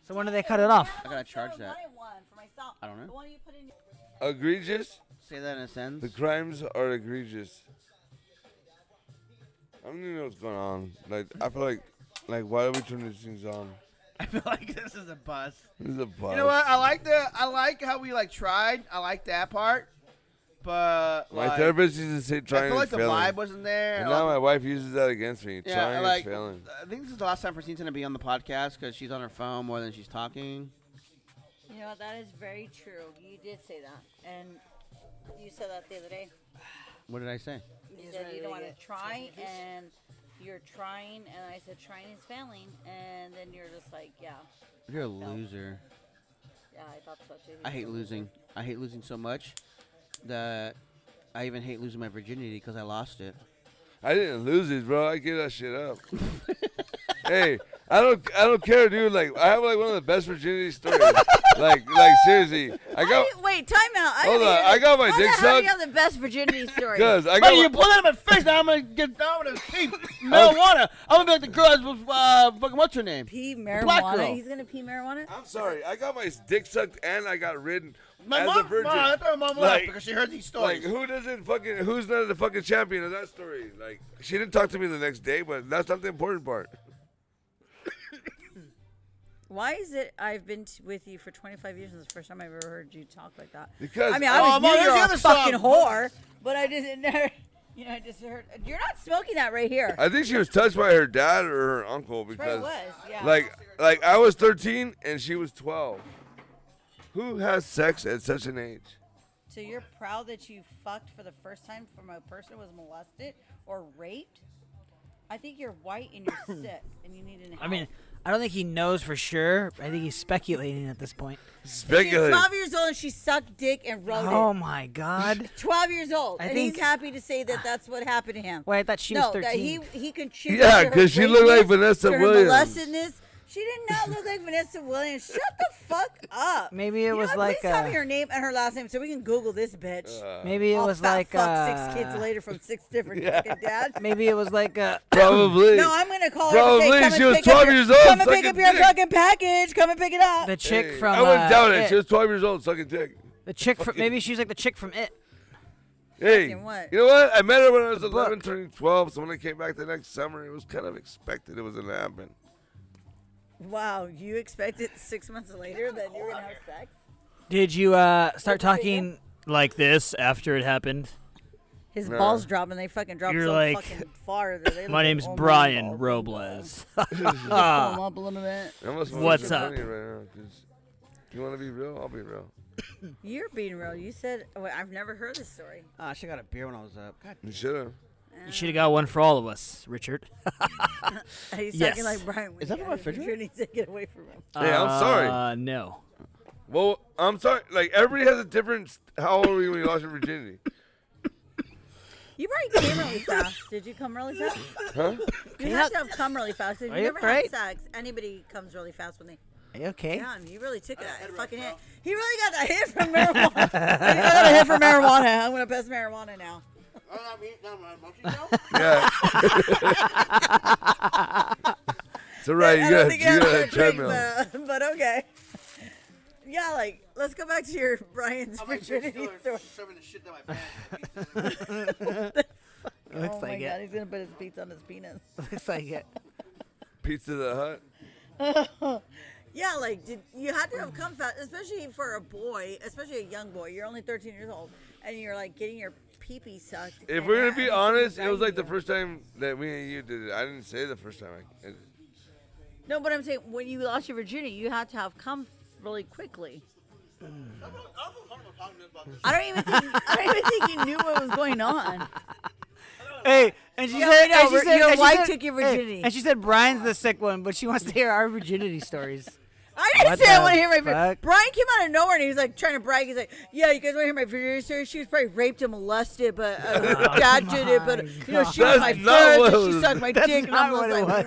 So when did they cut it off? I gotta I'm still charge that. wanted one for myself. I don't know. The one you put in your- hole. Egregious? Say that in a The sentence. crimes are egregious. I don't even know what's going on. Like, I feel like, like, why do we turn these things on? <laughs> I feel like this is a bust. This is a bus. You know what? I like the I like how we like tried. I like that part, but My like, therapist used to say I trying feel like and the failing. vibe wasn't there. and I now like- my wife uses that against me. yeah, I trying like and failing. I think this is the last time Christine's gonna be on the podcast because she's on her phone more than she's talking. You know, that is very true. You did say that. And you said that the other day. What did I say? You said you don't want to try and you're trying. And I said, trying is failing. And then you're just like, yeah. You're a loser. Yeah, I thought so too. I hate losing. I hate losing so much that I even hate losing my virginity because I lost it. I didn't lose it, bro. I give that shit <laughs> up. hey, I don't, I don't care, dude. Like, I have like one of the best virginity stories. like, like seriously, I got Wait, time out. I Hold gotta on, hear I got my How dick the hell do sucked? You have the best virginity <laughs> story. because I Buddy, you got. pull that in my face now. I'm gonna get down with a <laughs> pee marijuana. I'm gonna be like the girl that was uh, fucking what's her name? Pee black girl. marijuana. He's gonna pee marijuana. I'm sorry. I got my dick sucked and I got ridden My as mom, a virgin. mom, I thought my mom Like- left because she heard these Like stories. who doesn't fucking who's not the fucking champion of that story? Like she didn't talk to me the next day, but that's not the important part. Why is it I've been t- with you for 25 years and this is the first time I've ever heard you talk like that? Because I mean, Oh, I Mom, was knew there's you the were other a fucking song. whore, but I just <laughs> never, you know, I just heard you're not smoking that right here. I think she was touched by her dad or her uncle Right, it because was, yeah. like like I was 13 and she was 12. Who has sex at such an age? so you're proud that you fucked for the first time from a person who was molested or raped? I think you're white and you're sick and you need an. I mean, I don't think he knows for sure. I think he's speculating at this point. She's Speculate. 12 years old and she sucked dick and wrote Oh it. my <laughs> God! 12 years old. I and think- he's happy to say that that's what happened to him. Wait, I thought she was no, that thirteen. he, he contributed Yeah, to her 'cause she looked like rapiness, Vanessa to her Williams. molestedness. She did not look like Vanessa Williams. Shut the fuck up. Maybe it You was know, like Please tell me a- her name and her last name so we can Google this bitch. Uh. Maybe it I'll was fat like fuck uh, Oh, six kids later from six different fucking dads. <laughs> Maybe it was like uh, Probably. No, I'm gonna call Probably her and say, come she and was pick up 12 your- years old, Come and pick sucking up your dick." fucking package. Come and pick it up. the chick Hey, from. I wouldn't uh, doubt it. It. She was 12 years old, sucking dick. the chick from. Maybe she's like the chick from It. Hey, Fucking what? you know what? I met her when I was 11, turning 12. So when I came back the next summer, it was kind of expected it was going to happen. Wow, you expected six months later that you're gonna have sex? Did you uh, start talking like this after it happened? His balls drop and they fucking drop You're so like, fucking far. that they look My like name's old man Brian balls. <laughs> Robles. Pull 'em up a little bit. I must want What's some up? money Right now, 'cause you want to be real? I'll be real. You're being real. You said wait, I've never heard this story. <laughs> Ah, I should got a beer when I was up. God, You should have. you should have got one for all of us, Richard. Are you Yes. talking like Brian? Is that from Winnie? my I <laughs> think refrigerator? You need to get away from him. Hey, I'm sorry. Uh, no. Well, I'm sorry. Like, everybody has a different. st- How old were you when you lost your virginity? You probably came <laughs> really fast. Did you come really fast? <laughs> Huh? You have to have come really fast. If Are you you never right? had sex, anybody comes really fast when they. Are you okay? Damn, you really took that fucking hit. He really got that hit <laughs> from marijuana. I got a hit from marijuana. I'm gonna pass marijuana now. Yeah. it's all right. You I don't got think you I got have a a drink, treadmill. <laughs> but, but okay. Yeah, like let's go back to your <laughs> Brian's <laughs> virginity story. Looks oh like my god, it. he's gonna put his pizza on his penis. Looks like it. Pizza the Hut. Yeah, like did you had to have come fast, especially for a boy, especially a young boy. You're only 13 years old, and you're like getting your pee pee sucked. If and we're that gonna be is honest, it was like the grinding you. first time that me and you did it. I didn't say the first time. I, it, No, but I'm saying when you lost your virginity, you had to have come really quickly. I don't even think I don't even think you knew what was going on. Hey, and she Yeah, said, we know, and she we're- said your and she wife said- took your hey, virginity. and she said Brian's the sick one, but she wants to hear our virginity <laughs> stories. I didn't What say I the want to hear my fuck? fuck? Brian came out of nowhere and he was like trying to brag. He's like, "Yeah, you guys want to hear my virginity story? She was probably raped and molested, but uh, <laughs> <laughs> her dad did it. But you know, she was Oh That's my not what first, and it she was- sucked my that's dick." And not I'm just what it was. like,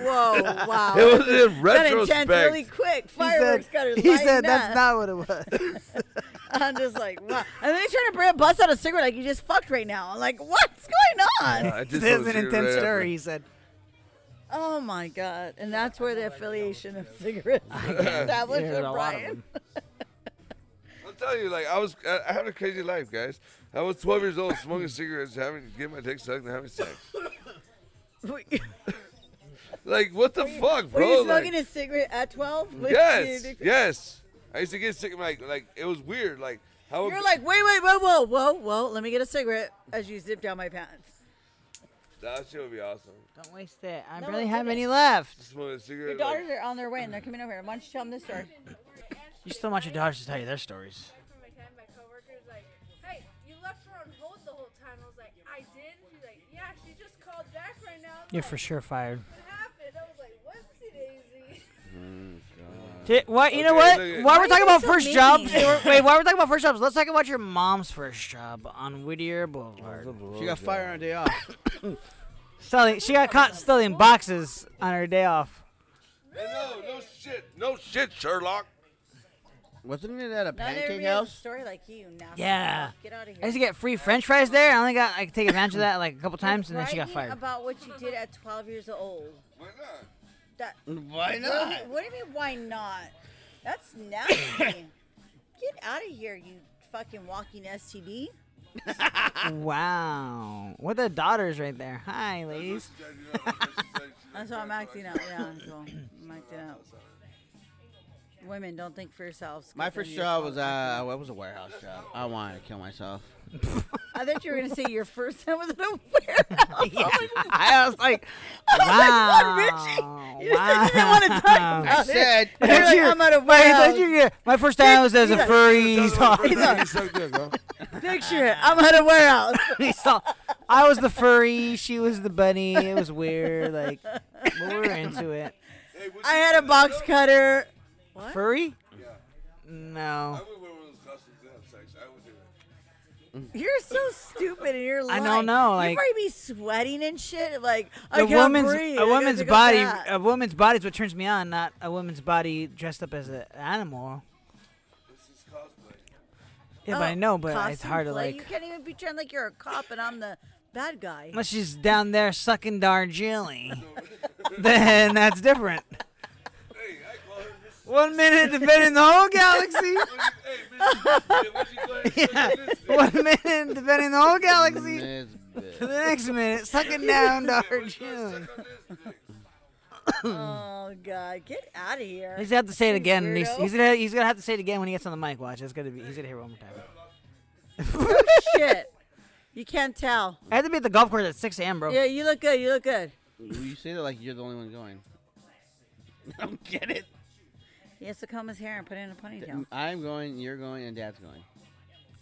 <laughs> "Whoa, wow!" it was in Oh. <laughs> That intense, retrospect. really quick. He said, Fireworks got her. he lighting said that's up. not what it was. <laughs> I'm just like, wow. And then he's trying to bring a bust out a cigarette like you just fucked right now. I'm like, what's going on? I <laughs> <laughs> this just is wanna an see it intense right after. story. He said, Oh my god! And that's where the affiliation of <laughs> cigarettes is established There's with a lot of Brian. them. I'll tell you, like I was, I, I had a crazy life, guys. I was 12 years old, smoking cigarettes, having getting my dick sucked, and having <laughs> sex. Like what the fuck, Were bro? you Like- smoking a cigarette at <laughs> 12? yes, yes. I used to get sick. Like, like it was weird. Like how You're like, wait, wait, whoa, whoa, whoa, whoa. Let me get a cigarette as you zip down my pants. that shit would be awesome. "Don't waste it. I No, barely I have didn't. any left." Smoking a cigarette. like- Your daughters are on their way and they're coming over here. Why don't you tell them this story? You still want your daughters to tell you their stories? from my time, my coworker's like, "Hey, you left her on hold the whole time." I was like, "I did." She's like, "Yeah, she just called back right now." I'm You're like, for sure fired. What happened? I was like, "Whoopsie daisy." Did, what you know? Okay, What? look at- While we're Why talking you about so first mean? jobs, <laughs> wait. While we're talking about first jobs, let's talk about your mom's first job on Whittier Boulevard. she got fired on her day off. <coughs> Selling, she got caught stealing boxes on her day off. Hey, no, no shit, no shit, Sherlock. Wasn't it at a Not pancake everybody has a house? story like you. Now. Yeah. Get out of here. I used to get free French fries there. I only got I could take advantage of that like a couple times, and then she got Bragging fired. about what you did at 12 years old. Why not? That, Why What do not? you- What do you mean, why not? That's <coughs> nasty. Get out of here, you fucking walking STD. Wow, what the daughters right there? Hi, <laughs> ladies. That's why I'm acting out. Yeah, so I'm acting out. Women, don't think for yourselves. 'cause My then first you're job was probably- uh, what was a warehouse job. I wanted to kill <laughs> myself. I thought you were gonna say your first time was <laughs> <laughs> in a warehouse. Yeah, I was like, <laughs> Oh my Wow, God, Richie! You said you didn't <laughs> want to wow. talk about I <laughs> said, it. You're like, Richard, I'm at a Wait, warehouse. did you get- my first time was as a he's <laughs> like- furry. He saw, He's on. <laughs> Picture it. I'm at a warehouse. he saw, I was the furry, she was the bunny. It was weird. Like, but we were into it. I had a box cutter. Furry? I No. would wear one of those costumes to have sex. I would do it. You're so stupid, and you're I like, don't know, like- you probably be sweating and shit. Like I A can't woman's breathe. I a gotta woman's take a body uh, bath. a woman's body is what turns me on, not a woman's body dressed up as an animal. This is cosplay. Yeah, but I Oh, know, but it's costume hard to play. like You can't even pretend like you're a cop and I'm the bad guy. unless she's down there sucking Darjeeling, then that's different. Hey, I call her Miss. One minute defending the whole galaxy. Hey, Miss. <laughs> what you call her? Yeah. One minute defending the whole galaxy. Miss The Bit. next minute, sucking down Darjeeling. Suck on this dick. oh god, get out of here. He's gonna have to say it again. and He's, weirdo. he's gonna he's gonna have to say it again when he gets on the mic. Watch, it's gonna be he's gonna hear it one more time. shit. You can't tell. <laughs> I had to be at the golf course at 6 a.m., bro. Yeah, you look good. You look good. Will you say that like you're the only one going? <laughs> I don't get it. He has to comb his hair and put it in a ponytail. I'm going, you're going, and Dad's going.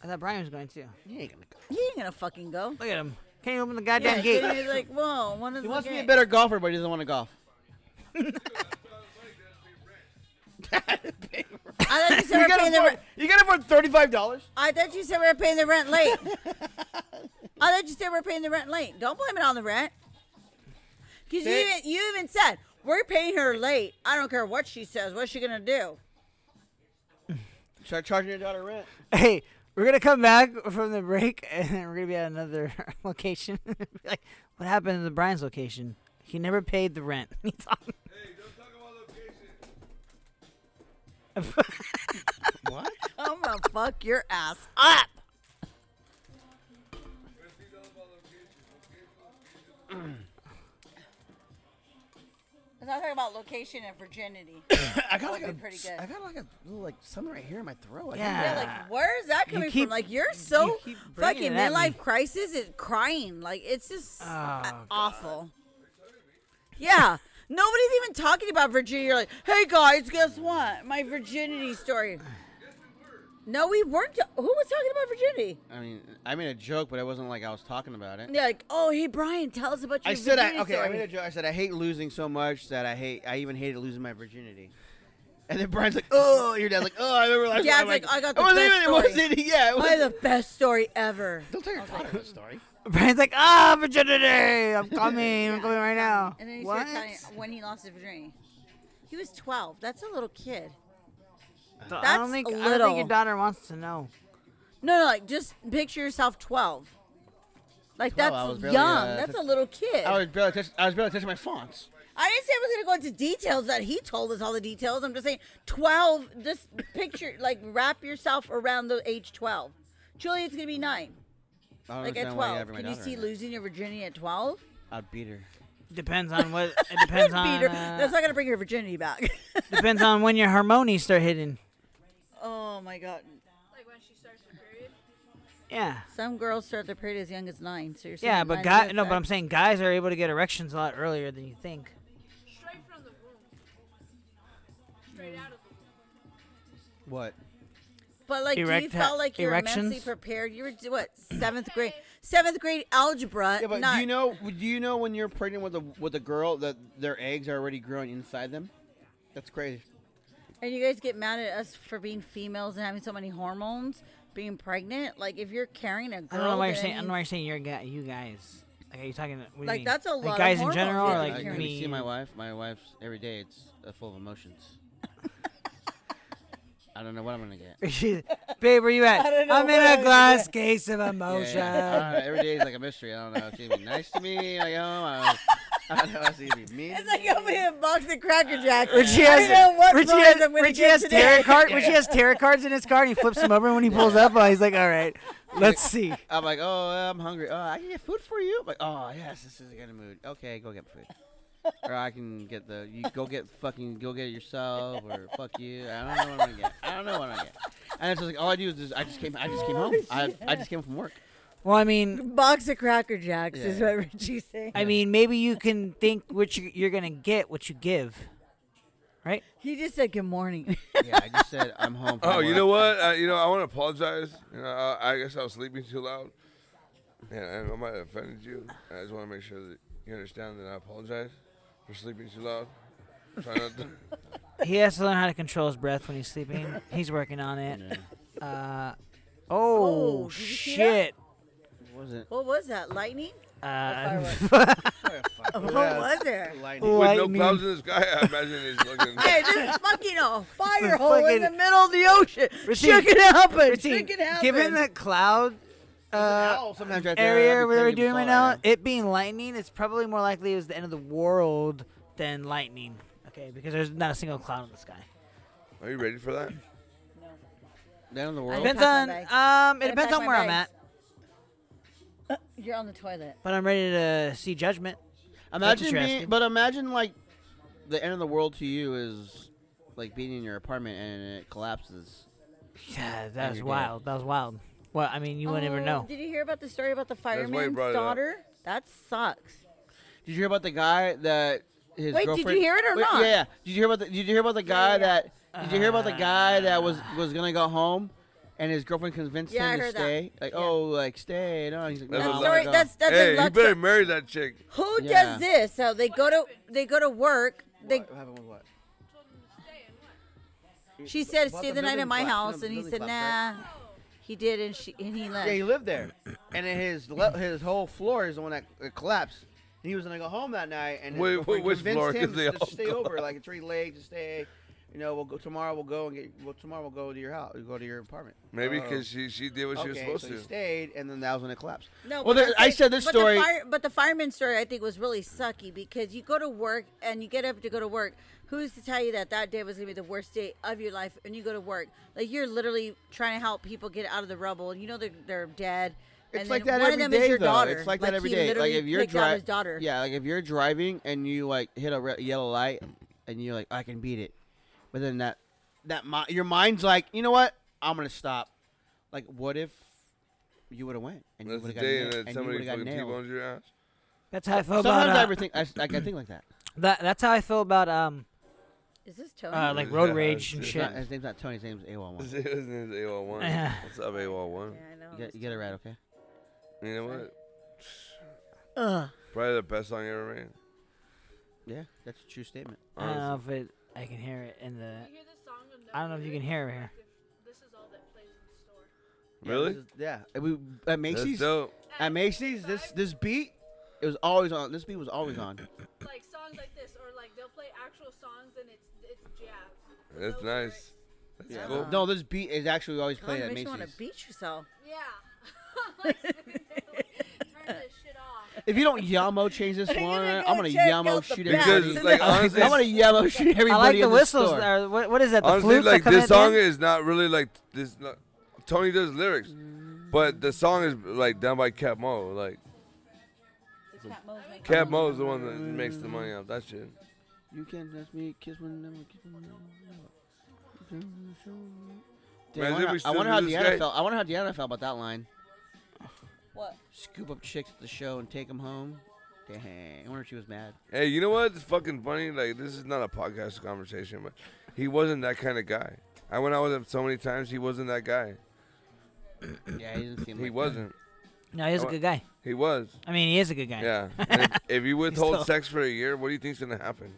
I thought Brian was going too. He ain't gonna go. He ain't gonna fucking go. Look at him. Can't even open the Yeah, goddamn and gate. he's like, whoa, one of He the wants to be a gay- better golfer, but he doesn't want to golf. <laughs> I thought you said we were paying the rent. You can afford thirty-five dollars. I thought you said we were paying the <laughs> rent late. I thought you said we were paying the rent late. Don't blame it on the rent. Because you Say- even, you even said we're paying her late. I don't care what she says. What's she gonna do? Start charging your daughter rent. Hey, we're gonna come back from the break <laughs> and we're gonna be at another <laughs> location. Be like, what happened to Brian's location? He never paid the rent. <laughs> He's on- Hey, don't talk about location. What? I'm <laughs> gonna fuck your ass <clears throat> up. I'm not talking about location and virginity. <coughs> I got like That'd a, be pretty good. I got like a little like something right here in my throat. I yeah. Yeah, like where's that coming Ah. keep- from? Like you're so keep bringing fucking it at me. midlife crisis is crying. Like it's just uh, Oh, awful. Yeah, nobody's even talking about virginity. You're like, hey guys, guess what? My virginity story. No, we weren't. Who was talking about virginity? think- I mean, I made a joke, but I wasn't like I was talking about it. And they're like, oh hey Brian, tell us about your I said I virginity okay. I story. made a joke. I said I hate losing so much that I hate. I even hated losing my virginity. And then Brian's like, "Oh, your dad's like, oh, I remember last Dad's time." like, "I got the it wasn't best even, It story." wasn't, yeah, <laughs> it I was, have the best story ever. don't tell your daughter that story. Brian's like, ah, virginity. <laughs> I'm coming. I'm coming right now. And then he what? started telling when he lost his virginity. He was 12. That's a little kid. So I That's don't think a I don't think your little. daughter wants to know. No, no, like just picture yourself 12. Like 12, I was that's barely, young. uh, that's t- a little kid. I was barely touching. I was barely touching my fonts. I didn't say I was going to go into details that he told us all the details. I'm just saying 12, just picture, like wrap yourself around the age 12. Juliet's going to be nine. I don't Like at understand why you 12. ever my Can you daughter see in it. losing your virginity at 12? I'd beat her. Depends on what. <laughs> It depends on. Peter, uh, that's not going to bring your virginity back. <laughs> depends on when your harmonies start hitting. oh my God. Like when she starts her period. Yeah. Some girls start their period as young as nine. So you're saying Yeah, but nine guy, years no, but back. I'm saying guys are able to get erections a lot earlier than you think. Straight from the womb. Straight out of the womb. What? But like, do you Erect- felt like you're immensely erections? prepared? You were what seventh grade, seventh grade algebra. Yeah, but not, do you know? Do you know when you're pregnant with a with a girl that their eggs are already growing inside them? That's crazy. And you guys get mad at us for being females and having so many hormones, being pregnant. Like, if you're carrying a I girl, don't know why you're then saying. I don't know why means- you're saying you're guy, you guys. Like, are you talking? What do you Like, mean? that's a lot Like of guys in hormones general, that or you're like I, carrying. when you me. see my wife, my wife's every day. It's uh, full of emotions. <laughs> I don't know what I'm gonna get. <laughs> Babe, where you at? <laughs> don't know I'm where in I'm a glass case of emotion. Yeah, yeah. Uh, every day is like a mystery. I don't know if she's gonna be nice to me. I, you know, I, I don't know if she's gonna be mean. It's like opening a box of Cracker Jacks. Richie I don't know has, what <laughs> Richie bonus has, I'm gonna Richie get has today. tarot card. Richie has tarot cards in his car, and he flips them over. And when he pulls up, uh, he's like, "All right, let's see." I'm like, oh, I'm hungry. Oh, I can get food for you. I'm like, oh yes, this is a good mood. Okay, go get food. or I can get the you go get fucking go get it yourself or fuck you. I don't know what I'm gonna get. I don't know what I'm gonna get. And it's just like all I do is just, I just came I just came home. I, I just came from work. Well, I mean, Box of Cracker Jacks is Yeah. what Richie's saying. I mean, maybe you can think what you, you're gonna get, what you give, right? He just said good morning. <laughs> Yeah, I just said I'm home. From Oh, you work. know what? I, you know, I want to apologize. You know, I, I guess I was sleeping too loud. Yeah, I, I might have offended you. I just want to make sure that you understand that I apologize for sleeping too loud. Try <laughs> not to. He has to learn how to control his breath when he's sleeping. he's working on it. Uh, oh, Oh, did you see that? shit. Was it? What was that? Lightning? Uh, <laughs> <laughs> What was it? With no lightning. clouds in the sky, I imagine he's <laughs> looking. Hey, this is fucking a fire hole in Fucking- the middle of the ocean. Ricky, Shook it up and Ricky, shook it happen. given the cloud uh, owl sometimes right there, area everything where we're you doing saw right right now, now. it being lightning, it's probably more likely it was the end of the world than lightning. Okay, because there's not a single cloud in the sky. Are you ready for that? Down in the I world. Depends pack my on bags. um, it Gotta depends pack on my where I'm at, bags. You're on the toilet. but I'm ready to see judgment. Imagine being, interesting. but imagine like the end of the world to you is like being in your apartment and it collapses. Yeah, that was you're dead. wild. That was wild. Well, I mean, you wouldn't Oh, ever know. Did you hear about the story about the why you fireman's brought it up. daughter? That sucks. Did you hear about the guy that his Wait, did you girlfriend? hear it or Wait, not? Yeah, yeah. Did you hear about the? Did you hear about the guy yeah. that? Did you hear about the guy that was was gonna go home, and his girlfriend convinced Yeah, I him to heard that. stay? Like, Yeah. oh, like stay. No, he's like, That's no, a I'm lie. gonna Sorry, go. that's that's hey, a you luck better marry that chick. Who Yeah. does this? So they go to they go to work. They happened with what? she said About stay the the night building at my collapse, house, no, and he building said nah. collapse, He did, and she and he left. Yeah, he lived there, and then his le- his whole floor is the one that uh, collapsed. And he was gonna go home that night, and his Wait, girlfriend which convinced floor? 'Cause him they to all stay over, like three legs to stay. You know, we'll go tomorrow. We'll go and get. Well, tomorrow we'll go to your house. We'll go to your apartment. Maybe Oh. because she, she did what she was okay, supposed so to. he stayed, and then that was when it collapsed. No, well, but there- I'm I saying- said this but story. The fire, but the fireman story I think was really sucky because you go to work and you get up to go to work. Who's to tell you that that day was gonna be the worst day of your life? And you go to work like you're literally trying to help people get out of the rubble, and you know they're they're dead. It's and like then that one every of them is day, your though. daughter. It's like, that every he day. Like literally if you're picked out driving, his daughter. yeah, like if you're driving and you like hit a red, yellow light, and you're like, I can beat it, but then that that mi- your mind's like, you know what? I'm gonna stop. Like, what if you would have went and you That's the would have got day and nailed? then And you somebody would have got fucking nailed. T-bones your ass. That's how I feel about. Sometimes uh, I ever think I, s- like, I think <laughs> like that. that, that's how I feel about um, Is this Tony? uh, like road Yeah, rage and it's- It's shit. not- his name's not Tony. His name's <laughs> AWOL His one. name's AOL1. <laughs> Yeah. What's up, AOL1? yeah, I know. You get, you get it right, okay? You know what? Uh. Probably the best song ever made. Yeah, that's a true statement. I don't Honestly. know if it, I can hear it in the. You hear this song and I don't know if you can hear it here. This is all that plays in the store. Really? Yeah, this is- yeah. And we at That's Macy's. dope. At Macy's, this this beat, it was always on. This beat was always on. Like songs like this, or like they'll play actual songs and it's it's jazz. That's No nice. lyrics. That's cool. No, this beat is actually always Tony played at Um, makes you want Macy's. to beat yourself. Yeah. <laughs> Like, <laughs> Turn this shit off. If you don't Yamo change this <laughs> You're one, gonna go I'm gonna check Yamo out the shoot bats everybody. Because, in like, the- honestly, I'm <laughs> gonna Yamo shoot everybody. I like the in whistles. store. Or what, what is that? The honestly, flutes that like come in this at the song end? is not really like this. Not, Tony does lyrics, but the song is like done by Cap Mo. Like Cap Mo is the one that makes the money off that shit. You can't touch me, kiss one another, kiss one another. Damn, I Imagine wonder we how- I still wonder do how the this guy. NFL. I wonder how the NFL about that line. <sighs> What? Scoop up chicks at the show and take them home. Dang, I wonder if she was mad. Hey, you know what? It's fucking funny. Like this is not a podcast conversation, but he wasn't that kind of guy. I went out with him so many times. He wasn't that guy. Yeah, he didn't seem. like He that. wasn't. No, he's a I- good guy. He was. I mean, he is a good guy. <laughs> Yeah. And if, if you still- withhold sex for a year, what do you think's gonna happen?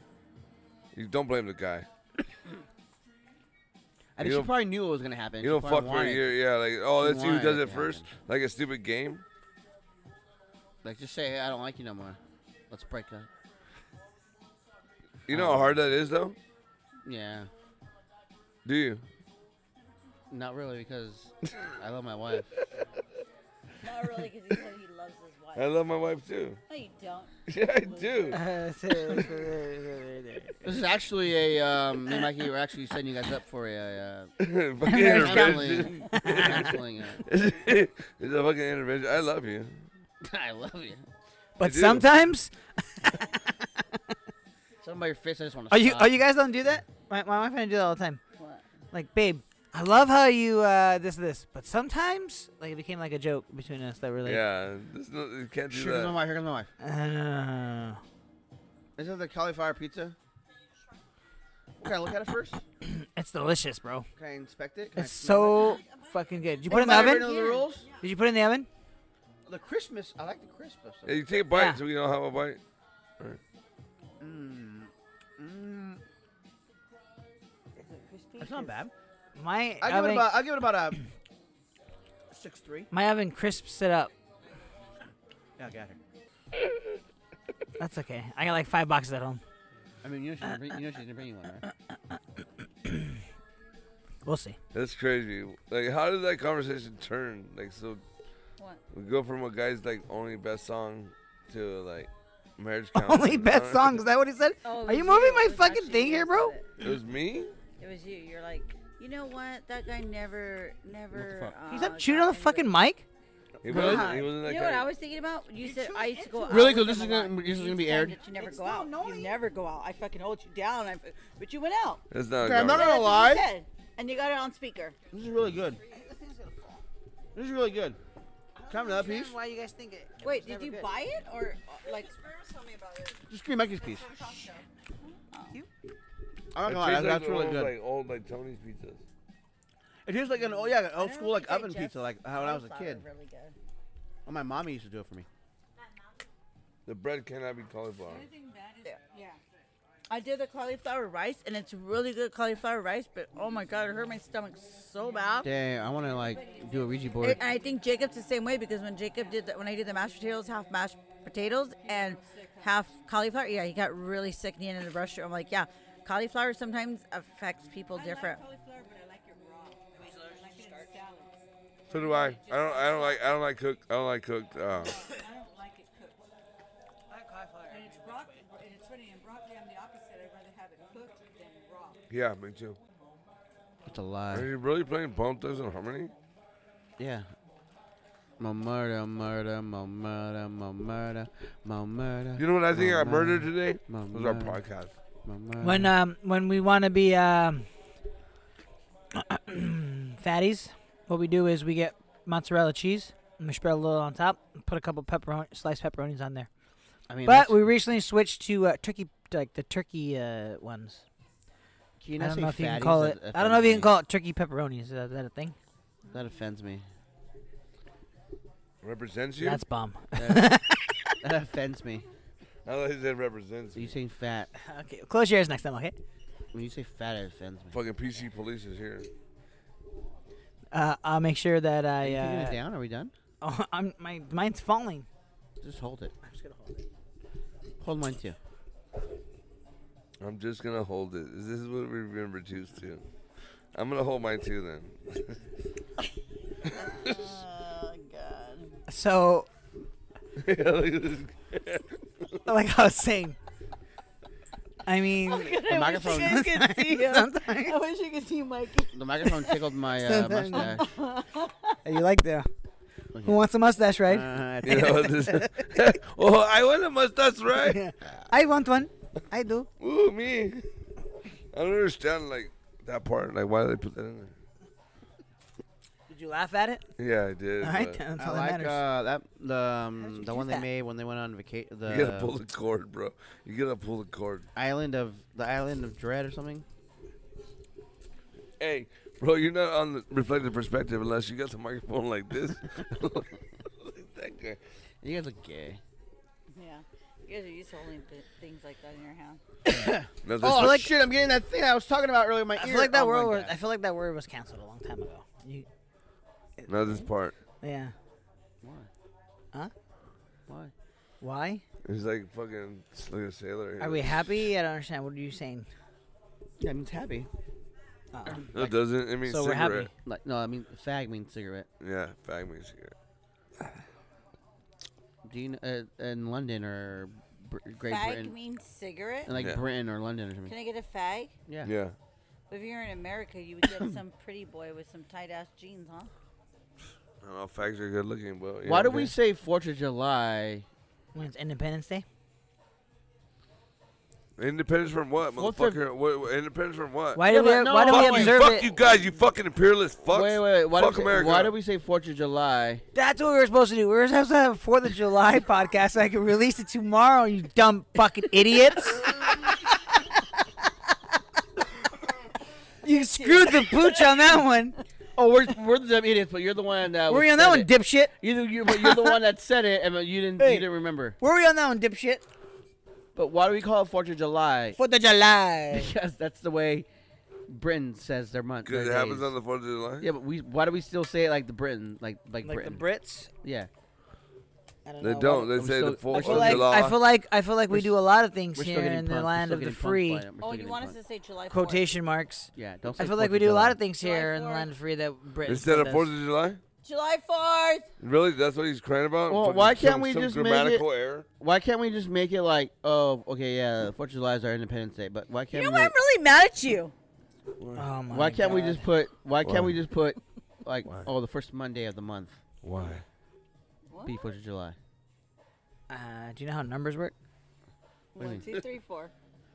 You don't blame the guy. I think You she don't- probably knew what was gonna happen. You don't she fuck probably for a wanted- year. Yeah. Like oh, She let's see who wanted does it it to first. happen. Like a stupid game. Like, just say, "Hey, I don't like you no more. Let's break up. You know how hard that is, though. Yeah. Do you? Not really, because I love my wife. Not really, because he said he loves his I wife. love my wife too. <laughs> No, you don't. Yeah, I do. <laughs> This is actually a um, me and Mikey were actually setting you guys up for a uh, fucking counseling. intervention. counseling uh, <laughs> <laughs> it's a fucking intervention. I love you. I love you. But do. sometimes, Something about your face. I just want to. are Uh, you are you guys don't do that? My, my wife and I do that all the time. What? Like, babe, I love how you uh, this this, but sometimes like it became like a joke between us that really. Yeah, there's no, you can't do Here comes my that. wife. Here comes my wife. Uh, no, no, no, no, no. Is that the cauliflower pizza? Can I look at it first? Can It's delicious, bro. I inspect it? Can I It's smell it? so fucking good. Did you put it in the Anybody ever oven? know the rules? Did you put it in the oven? The Christmas. I like the Christmas. Hey, you take a bite Yeah. so we don't have a bite. Mm, It's not bad. My I give it oven, about. I give it about a six three. my oven crisps it up. Yeah, I got it. That's okay. I got like five boxes at home. I mean, you know she's gonna bring, you know she's gonna bring you one, right? We'll see. That's crazy. Like, how did that conversation turn? Like, so What? we go from a guy's like only best song to like marriage. <laughs> Only counseling. <laughs> best song. Is that what he said? Oh, it Are you was moving it my was fucking actually thing you here, that bro? said It was me. It. It was you. You're like, you know what? That guy never, never. Uh, He's up shooting got on the into fucking it." mic. He Really? wasn't. He wasn't that You know what I kind. was thinking about? You, said I used to go out. Really? 'Cause with this him is a lot. gonna- this is You gonna be used to tell aired? me that You never go out. You never go out. I fucking hold you down. I, but you went out. That's not. a Okay, I'm not conversation. gonna That's what you lie. said, And you got it on speaker. This is really good. This is really good. Come that piece. Why you guys think it? Wait, did you buy it or uh, like? Just give me Mikey's piece. I'm not It gonna lie, tastes that- like that's the really old, good. Like old like Tony's pizzas. it tastes like an oh yeah, an old I school like think I oven just- pizza, like how when I was a cauliflower kid. Really good. Oh, my mommy used to do it for me. The bread cannot be cauliflower. I did the cauliflower rice, and it's really good cauliflower rice. But oh my god, it hurt my stomach so bad. Dang, I want to like do a Ouija board. It- and I think Jacob's the same way because when Jacob did that, when I did the mashed potatoes, half mashed potatoes and half cauliflower, yeah, he got really sick and he ended up in the restroom. I'm like, yeah, cauliflower sometimes affects people different. So do I. I don't. I don't like. I don't like cooked. I don't like cooked. Uh, And it's rock, and it's funny, in broccoli, I'm the opposite. I'd rather have it cooked than raw. yeah, me too. That's a Are lie. you really playing Bontas and Harmony? Yeah. My murder, murder, my murder, my murder, my murder. You know what I think I my murdered today? My It was our murder, podcast. my murder. When um when we want to be um <clears throat> fatties, what we do is we get mozzarella cheese, and we spread a little on top, and put a couple pepperoni sliced pepperonis on there. I mean, But that's- we recently switched to uh, turkey like the turkey uh, ones. Can I you not don't say know if you can fatties? call That it. I don't know if you can offends call it turkey pepperonis. Is that, is that a thing? me. That offends me. Represents you. That's bomb. <laughs> That offends me. I thought he said represents You you. saying fat? okay, close your eyes next time. Okay. When you say fat, it offends me. Fucking PC police is here. Uh, I'll make sure that I. Are you taking it Uh, down? Are we done? oh, <laughs> I'm my mine's falling. Just hold it. I'm just gonna hold it. Hold mine too. I'm just gonna hold it. This is what we remember twos to. I'm gonna hold mine too then. Oh, So, <laughs> <laughs> Yeah, look at this. like I was saying, I mean, The <laughs> microphone, sometimes <laughs> I wish you could see Mikey. the microphone <laughs> tickled my uh, Sometimes- mustache. <laughs> you like the who wants a mustache, right? Uh, you know what this is? <laughs> oh, I want a mustache, right? Yeah. I want one. I do. Ooh, me. I don't understand like that part. Like, why they put that in Did you laugh at it? there? Yeah, I did. All right, but that's I all like that matters. uh, that the um, the choose one they that? made when they went on vacation. You gotta The pull the cord, bro. You gotta pull the cord. island of the island of dread or something. Hey, bro, you're not on the reflective perspective unless you got the microphone like this. <laughs> Look at that guy. You guys look gay. Yeah, you guys are used to holding th- things like that in your hand. That's Oh what- like, shit! I'm getting that thing I was talking about earlier. in My I ear. feel like that Oh my word. Was, God. I feel like that word was canceled a long time ago. You, Not this part. yeah. Why? Why? He's like fucking it's like a sailor. Here. Are we happy? I don't understand. What are you saying? Yeah, I mean, it's happy. No, it doesn't. It means So we're cigarette. happy. Like, no, I mean, fag means cigarette. Yeah, fag means cigarette. Do you kn- uh, in London or Br- Great Fag Britain? means cigarette. And like Yeah. Britain or London or something. Can I get a fag? Yeah. Yeah. If you're in America, you would get <clears throat> some pretty boy with some tight ass jeans, huh? Oh, I don't know. Fags are good looking, but yeah, Why do we okay. say Fourth of July? When it's Independence Day. Independence from what, What's motherfucker? What, what- independence from what? Why do we? but no, why do why we do we- observe fuck it? you guys, you fucking imperialist fucks. Wait, wait. Why Fuck do we say, America. <laughs> Why do we say Fourth of July? That's what we were supposed to do. We were supposed to have a Fourth of <laughs> July podcast so I could release it tomorrow. You dumb fucking <laughs> idiots! you screwed the pooch on that one. Oh, we're, we're the dumb idiots, but you're the one that. Were was you on that said one, it. dipshit? You're the, you but you're the one that said it, and but you didn't Hey. you didn't remember. Were we on that one, dipshit? But why do we call it Fourth of July? <laughs> Fourth of July. Because that's the way Britain says their month. Because their it happens days. on the 4th of July? Yeah, but we why do we still say it like the Britain, like like, Like Britain? the Brits. yeah, I don't They know. don't. They I'm say the so- I 4th feel, of like, July. I feel like I feel like we We're do a lot of things we're here still getting in the punked. We're land still of the getting punked by free. it. We're still Oh, and you getting want us punked. to say July 4th. Quotation marks. Yeah, don't. Say I feel 4th like we do a July. lot of things here in the July land of free that Britain. Instead of does. 4th of July? July 4th. Really? That's what he's crying about? Well, Fucking why can't some- we some just make it- grammatical error? Why can't we just make it like, oh, okay, yeah, Fourth of July is our Independence Day, but why You can't know we? what? I'm really mad at you. Oh my why can't we just God. put? Why can't Why? we just put, like, Why? oh, the first Monday of the month Why? be Fourth of July? Uh, do you know how numbers work? do you One, two, three, four.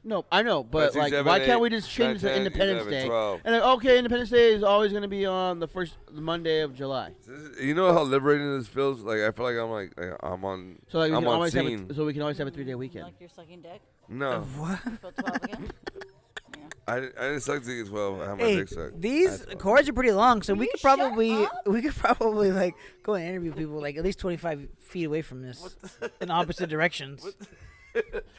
No, I know, but Six, like, seven, why eight, can't we just nine, change to 10, Independence 11, Day? 12. And like, okay, Independence Day is always going to be on the first Monday of July, This is- You know how liberating this feels? Like, I feel like I'm like, like, I'm on, so like, we I'm can on always have scene. a, so we can always have a three day weekend. Like you're sucking dick. no, What? Feel 12 <laughs> again. I, I didn't suck till 12. I had my Hey, dick sucked. these I had- cords are pretty long, so we could shut probably up? we could probably like go and interview people like at least twenty five feet away from this in opposite <laughs> directions,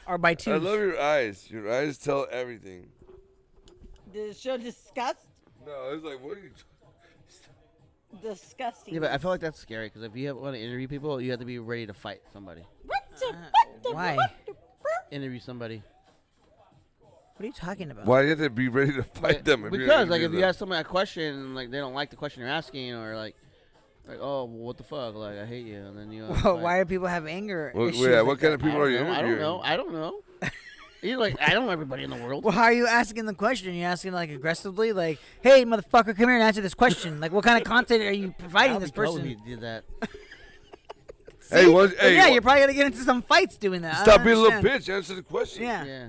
or by two. I love your eyes. Your eyes tell everything. Did it show disgust? No, it's like, what are you Disgusting. Yeah, but I feel like that's scary because if you have, want to interview people, you have to be ready to fight somebody. What the, what the, Why? what What the- Interview somebody. are you talking about? Why do you have to be ready to fight them? if you're because gonna like if do you that? ask someone a question and like they don't like the question you're asking or like like oh well, what the fuck like I hate you and then you uh, <laughs> Well, like, why do people have anger Well, issues? yeah, like what that? kind of I people don't are you know, I don't interviewing? know I don't know you're like I don't know everybody in the world Well, how are you asking the question? You're asking like aggressively, like, "Hey, motherfucker, come here and answer this question." like, what kind of content are you providing I'd this be cold person? if you did that <laughs> <laughs> Hey, what, But hey, yeah, what- you're probably gonna get into some fights doing that. I stop don't being a little understand. bitch. Answer the question. Yeah. yeah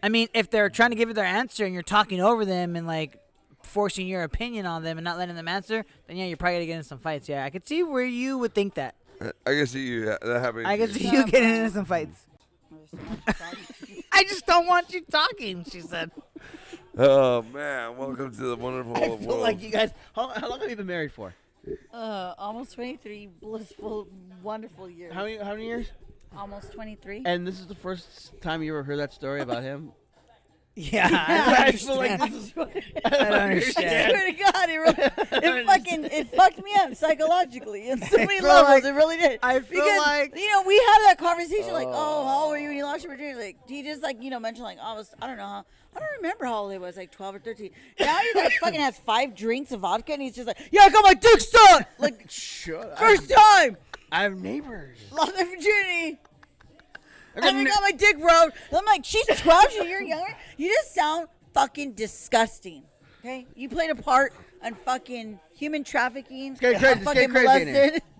I mean, if they're trying to give you their answer and you're talking over them and like forcing your opinion on them and not letting them answer, then yeah, you're probably gonna get in some fights. Yeah, I could see where you would think that. I can see you. That happening. I to could you. see you getting into some fights. <laughs> I just don't want you talking, she said. Oh man, welcome to the wonderful I world. feel like you guys how, how long have you been married for Uh, almost 23 blissful, wonderful years. how many how many years Almost 23. and this is the first time you ever heard that story about him Yeah, <laughs> <laughs> I I feel like don't understand. this is I don't understand. Swear to God, it, <laughs> really, it fucking it fucked me up psychologically on so many feel levels. like- it really did. I feel because, like- you know we had that conversation like, oh, how old were you when you lost your virginity? Like, do you just like you know mention like I was I don't know how I don't remember how old it was like twelve or thirteen. Now he like fucking has five drinks of vodka and he's just like, yeah, I got my dick sucked like <laughs> Shut up. first time I have <laughs> neighbors lost my virginity. I And I got my dick rubbed. And I'm like, she's 12, she's a year younger. You just sound fucking disgusting. Okay? You played a part on fucking human trafficking. It's getting crazy, it's Fucking getting crazy in here. molested. <laughs>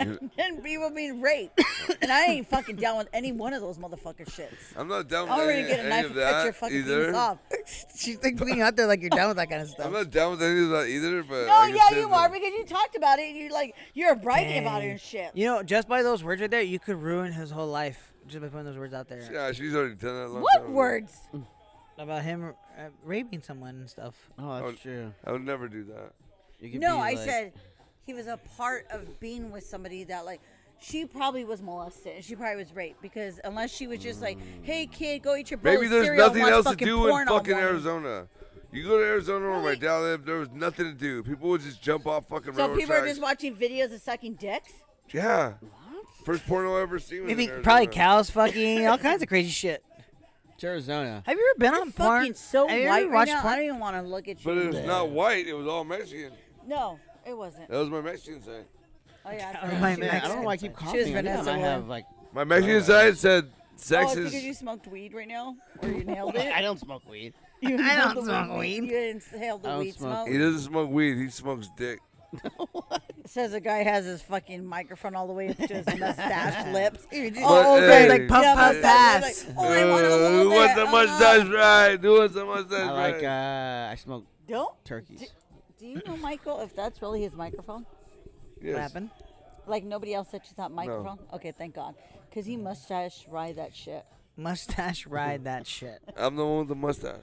And then people being raped. and I ain't fucking down with any one of those motherfucker shits. I'm not down I'm with gonna any, get a any knife of and cut your that fucking penis either. off. <laughs> She's like putting you out there like you're down with that kind of I'm stuff. not down with any of that either. But No, I can Oh, yeah, say you that- are because you talked about it and you're like, you're bragging about it Dang. and shit. You know, just by those words right there, you could ruin his whole life just by putting those words out there Yeah, she's already done that. a long time what ago. words? about him uh, raping someone and stuff. oh Oh. that's true I would never do that. You could No, be I like- said he was a part of being with somebody that like she probably was molested and she probably was raped because unless she was just like, "Hey kid, go eat your bowl Maybe of there's Oh, cereal and nothing watch else to fucking do in porn all fucking morning." Arizona. You go to Arizona where my Really? dad lived, there was nothing to do. People would just jump off fucking So railroad people are tracks. just watching videos of sucking dicks. Yeah. First porno I ever seen. Was Maybe in Arizona. probably cows fucking all kinds of crazy shit. It's Arizona Have you ever been on porn? Fucking so Have you white ever right watched now, I porn? don't even want to look at But it you. was <laughs> not white. It was all Mexican. No, it <laughs> wasn't. That was my Mexican side. Oh yeah, Oh, I forgot. my She- Man, I don't know why I keep was coughing I think I Vanessa might Williams. have like <laughs> My Mexican side said sex Oh, it's because you is. smoked weed right now, <laughs> or you nailed it. I don't smoke weed You <laughs> I inhaled don't the smoke weed. You inhaled I the don't weed smoke smoke. He doesn't smoke weed. He smokes dick. Oh, Says a guy has his fucking microphone all the way up to <laughs> his mustache lips. But, Oh, okay, hey, like puff Yeah, puff but pass. that's like, oh, I want a uh, little who wants bit, the uh, mustache ride? Who wants the mustache I like ride? uh I smoke Don't. turkeys. Do you know, Michael, if that's really his microphone? Yes. What happened? Like nobody else touches that microphone? Okay, thank God. Because he mustache ride that shit. Mustache ride that shit. I'm the one with the mustache.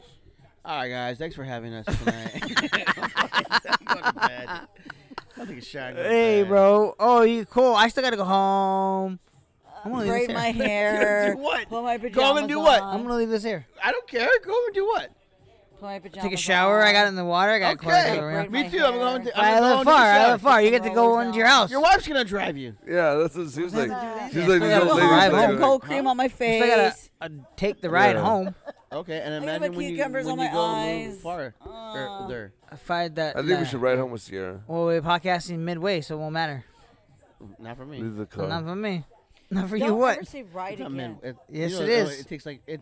All right, guys, thanks for having us tonight. Bad. I'll take a shot. and go to Hey, bed. bro. Oh, you cool. I still gotta go home. I'm gonna leave Braid this <laughs> my here. hair. Do what? Put my pajamas Go home and do what? on. I'm gonna leave this here. I don't care. Go and do what? Put my pajamas Take a shower. I got it in the water. I got a car. I Okay. gotta go around. Braid Me my too. I'm going hair. to. I I'm going live to far. I shower. live far. You Put get some to go rollers into your on. house. Your wife's gonna drive you. Yeah, that's what she was like. She's Yeah, like still these gotta old go ladies. drive like, home. like, cold cream on my I still gotta face. uh, take the ride Yeah. home. Okay, and got imagine when you cucumbers when you on my go a eyes. little far or there. I find that. I think we uh, should ride home with Sierra. Well, we're podcasting midway, so it won't matter. Not for me. This is a Not car. for me. <laughs> Not for Don't you. What? ever say right It's not again. min- it- Yes, you know, it no, is. It takes like it.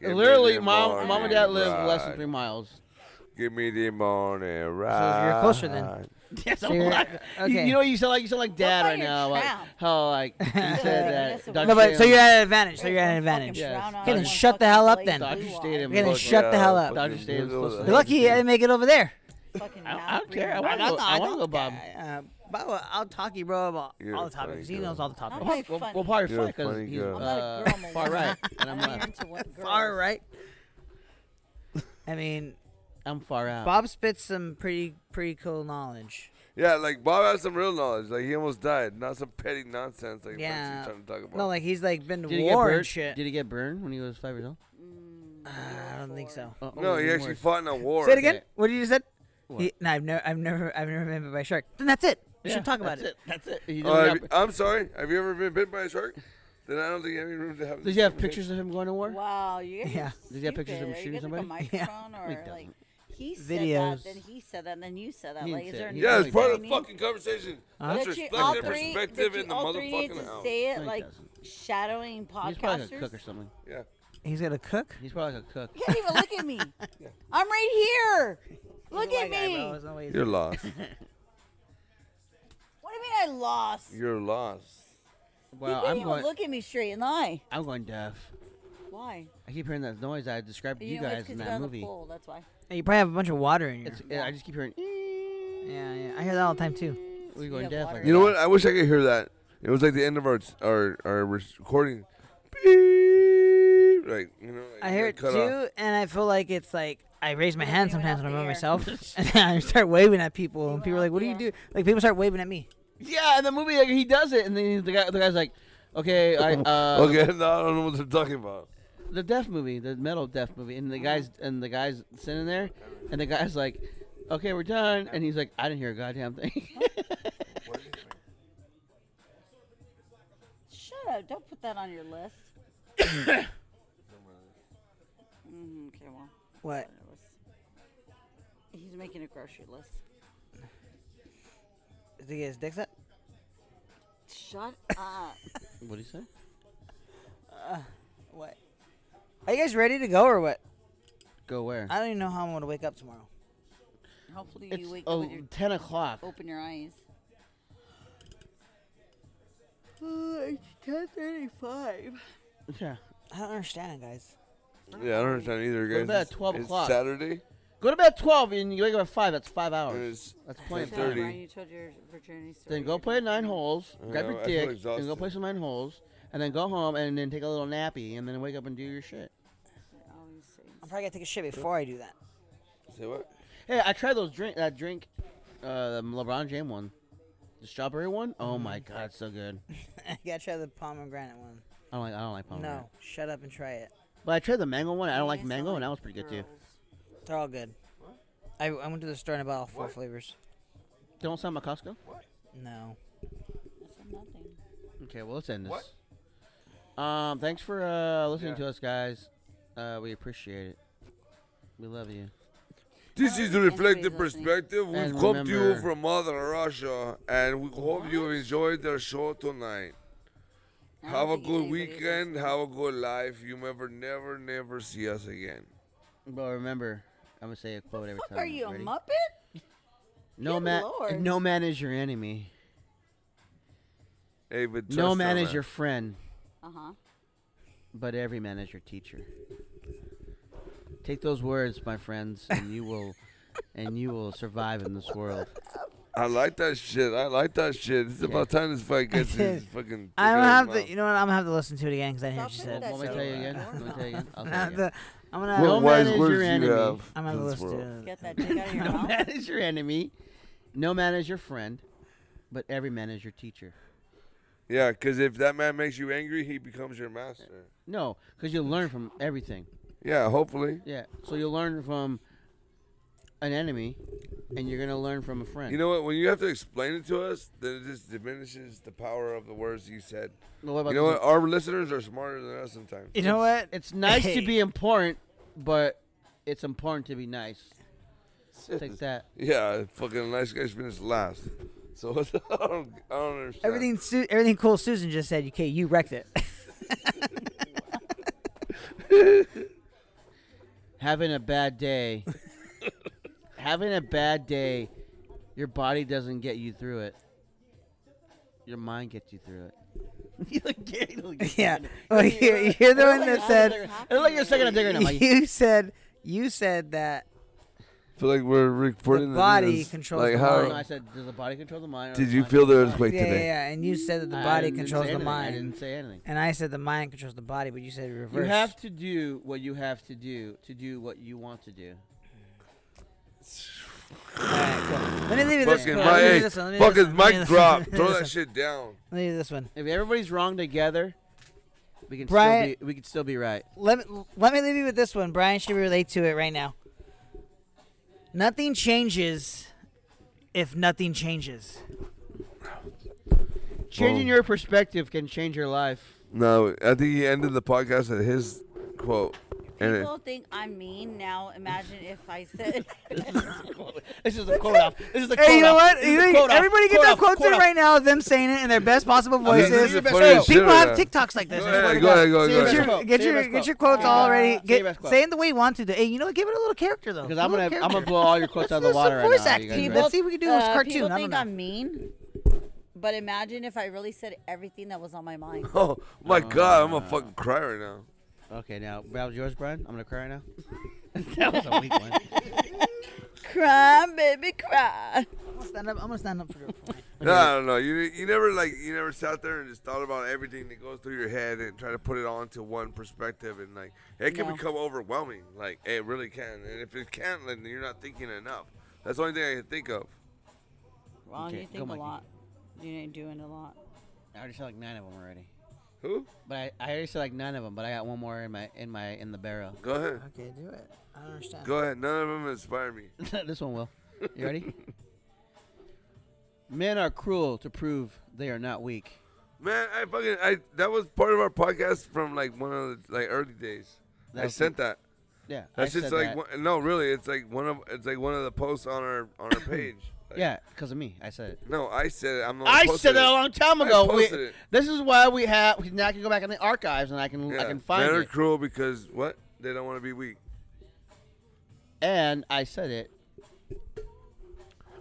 Give me literally, the mom, mom and dad morning live less than ride. three miles. Give me the morning ride. you're closer then. Yes, I'm you're- like- you- okay. You, know, you sound like you sound like dad by right your now. Like trap. how like you said That's that. a- Dr. No, but so Sham- you're at an advantage. So There's you're at an one fucking advantage. Yes. frown on Okay, then one shut the fucking hell up blue then. eye. Dodger Stadium. You're gonna Look, shut the hell up. fucking Dodger Stadium's middle close of to the- Look, Lucky I didn't make it over there. Fucking I don't- I don't half-breed. care. I want to go. I want to go, Bob. Uh, Bob, I'll talk to you, bro, about You're all a the topics. funny He knows girl. all the topics. I'm like We'll, funny. we'll probably You're a fight because funny he's girl. I'm not a uh, girl, I'm a far woman. right <laughs> and I'm I'm not left. <laughs> into what Far girls. right. I mean, I'm far out. Bob spits some pretty pretty cool knowledge. Yeah, like Bob has some real knowledge. Like he almost died, not some petty nonsense like Yeah. yeah. trying to talk about. No, like he's like been to Did he get war burned? and shit. Did he get burned when he was five years old? I don't think so. Uh, No, oh, he even actually worse. fought in a war. Say it again. What did you just said? What? He- no, I've never, I've never, I've never been bit by a shark. Then that's it. We Yeah, should talk about that's it. That's it. He Oh, doesn't have have- you- I'm sorry. Have you ever been bit by a shark? Then I don't think you have any room to have. Does he have pictures of him going to war? Wow, you guys Yeah. are Does he have pictures of him stupid. Are you shooting guys, like, a somebody? <laughs> Yeah. he microphone or like doesn't. he Videos. said that, then he said that, and then you said that. He like, didn't say is there it. He Yeah, doesn't it's anything part of that the you need? fucking conversation. Huh? That's That you all respect and three, perspective that you in the all three need motherfucking to house. say it No, he like doesn't. shadowing He's probably like a podcasters. cook or something. Yeah. He's gonna cook. He's probably like a cook. You can't even look at me. <laughs> I'm right here. Look White at guy, Oh me. bro. There's no way he's- You're lost. <laughs> What do you mean I lost? You You're lost. Well, didn't I'm even going. look at me straight and lie. I'm going deaf. Why? I keep hearing that noise I described to you, know, it's guys 'cause in you that got in the movie. pool, that's why. Hey, you probably have a bunch of water in here. It's, yeah, I just keep hearing. Yeah, yeah. I hear that all the time too. We're going have deaf. water Like You know that. what? I wish I could hear that. It was like the end of our our, our recording. Beep. Like you know. Like I hear like it cut too, off. and I feel like it's like I raise my hand sometimes when I'm by out myself, <laughs> <laughs> and I start waving at people, and people are like, "What do you do?" Like people start waving at me. Yeah, in the movie like, he does it, and then the guy, the guy's like, "Okay, <laughs> I uh, Okay, now I don't know what they're talking about. the deaf movie, the metal deaf movie, and the Mm-hmm. guys and the guys sitting there, and the guy's like, "Okay, we're done," and he's like, "I didn't hear a goddamn thing." <laughs> Shut up. Don't put that on your list. mm, okay, well, What? it was. He's making a grocery list. Did he get his dicks up? Shut up. what do you say? What? Are you guys ready to go or what? Go where? I don't even know how I'm gonna wake up tomorrow. Hopefully you It's wake up oh, with your, Oh. 10 o'clock. open your eyes. <laughs> Yeah. I don't understand, guys. Yeah, I don't understand either, guys. What about It's- 12 it's o'clock? Saturday. Go to bed at 12 and you wake up at 5. That's 5 and hours. It's That's Shut plenty of up, time. 10:30. Ryan, you told your virginity story. Then go play nine holes, I grab know, your I feel dick, and go play exhausted. some nine holes, and then go home and then take a little nappy and then wake up and do your shit. All these things. I'm probably gonna take a shit before I do that. Say what? Hey, I tried those drink that drink, uh, the LeBron James one, the strawberry one. Oh Mm-hmm. my god, it's so good. <laughs> I gotta try the pomegranate one. I don't like I don't like pomegranate. No, shut up and try it. But I tried the mango one. I don't like Yes, I mango, like and that was pretty good too. They're all good. I, I went to the store and I bought all four flavors. Don't sell my Costco. No. That's a nothing. Okay, well let's end this. What? Um, thanks for uh, listening Yeah. to us, guys. Uh, we appreciate it. We love you. This is the Thanks for reflective listening. perspective. We've And come to you remember- from Mother Russia, and we hope you enjoyed our show tonight. I don't Have a think good anybody is weekend. Have a good life. You never, never, never see us again. But remember, I'm gonna say a quote every Fuck, time. are you a Ready? muppet? No Good man, lord. no man is your enemy. Hey, but no trust man our is your friend, Uh huh. but every man is your teacher. Take those words, my friends, and you <laughs> will, and you will survive in this world. I like that shit. I like that shit. It's about time this fight <laughs> gets his did. fucking. I don't thing have out to. You know what? I'm gonna have to listen to it again because I didn't hear what Stop you it, said. that's Want me to so tell you bad. again? Want me to tell you again? I'll I'm gonna have tell <laughs> you again. to- I'm What gonna. No man wise is your words do you enemy. have I'm gonna in this listen world? to it. Get that dick out of <laughs> your No mouth. man is your enemy, No man is your friend, but every man is your teacher. Yeah, because if that man makes you angry, he becomes your master. No, because you learn from everything. Yeah, hopefully. Yeah. So you learn from an enemy, and you're gonna learn from a friend. You know what? When you have to explain it to us, then it just diminishes the power of the words you said. Well, what about You know the- what? Our listeners are smarter than us sometimes. You know what? It's nice Hey. to be important, but it's important to <laughs> be nice. Take that. Yeah, fucking nice guys finished last. So <laughs> what's- I don't, I don't understand. <laughs> Everything, Su- everything cool. Susan just said, "Okay, you wrecked it." Having a <laughs> bad day. having a bad day, your body doesn't get you through it. Your mind gets you through <laughs> it. you look gay. You look <laughs> gay. <laughs> <laughs> yeah. Well, you- you're the one that said. It's like you're sucking a dick right now. <laughs> <laughs> Mike. You said. You said that. I feel like we're recording The this. body controls like the how, Oh, No, I said, does the body control the mind? or Did the you mind feel the control body? earthquake Yeah, yeah, today? yeah. And you said that the I body didn't controls say the anything. mind. I didn't say anything. And I said the mind controls the body, but you said reverse. You have to do what you have to do to do what you want to do. Alright, cool. Let me leave you this Fucking one. my Let me leave hey, you this one. Let me leave fucking this one. Let mic me leave this one. <laughs> drop. Let me Throw leave that this one. shit down. Let me leave this one. If everybody's wrong together, we can Brian- still be we can still be right. Let me let me leave you with this one. Brian should relate to it right now. Nothing changes if nothing changes. Changing Boom. your perspective can change your life. <laughs> No, I think he ended the podcast at his quote. And it, People think I'm mean now. Imagine if I <laughs> said This is a quote off. This is a quote Hey, you know off. what? This is a You- quote off. Everybody get Quote their off. quotes Quote in off. right now of them saying it in their best possible voices. this is the Hey, funniest shit people right have now. TikToks like this. go I swear to ahead, go God. ahead, go See ahead, go you Get ahead. your, best quote. get Say your your, best get your quote. quotes Yeah. all ready. Say Get, your best quote. say it the way you want to. though. Hey, you know what? Give it a little character though. Because I'm A little gonna I'm gonna character. blow all your quotes out of the Let's do water some right voice now. You guys acting. ready? Let's see if we can do this uh, cartoon. People I don't think know. I'm mean, but imagine if I really said everything that was on my mind. <laughs> Oh my god, I'm gonna fucking cry right now. Okay, now that was yours, Brian. I'm gonna cry right now. <laughs> that was a weak one. cry, baby, cry. Stand up. I'm gonna stand up for it. No, I don't know. You you never like you never sat there and just thought about everything that goes through your head and try to put it onto one perspective and like it can No. become overwhelming. Like it really can. And if it can't, then you're not thinking enough. That's the only thing I can think of. Ron, Okay, you go, think a Mikey. lot. You ain't doing a lot. I already said like nine of them already. Who? But I, I already said like nine of them. But I got one more in my in my in the barrel. <laughs> Go ahead. Okay, do it. I don't understand. Go ahead. None of them inspire me. this one will. You <laughs> ready? Men are cruel to prove they are not weak. Man, I fucking I that was part of our podcast from like one of the like early days. That I was- sent that. Yeah, That's I just said like that. one, no, really, it's like one of it's like one of the posts on our on our <coughs> page. Like, Yeah, because of me, I said it. No, I said it. I'm the one I who posted said that it. a long time I ago. We- posted it. this is why we have. we- Now I can go back in the archives and I can I Yeah, can find men are it. cruel because what? They don't want to be weak. and I said it.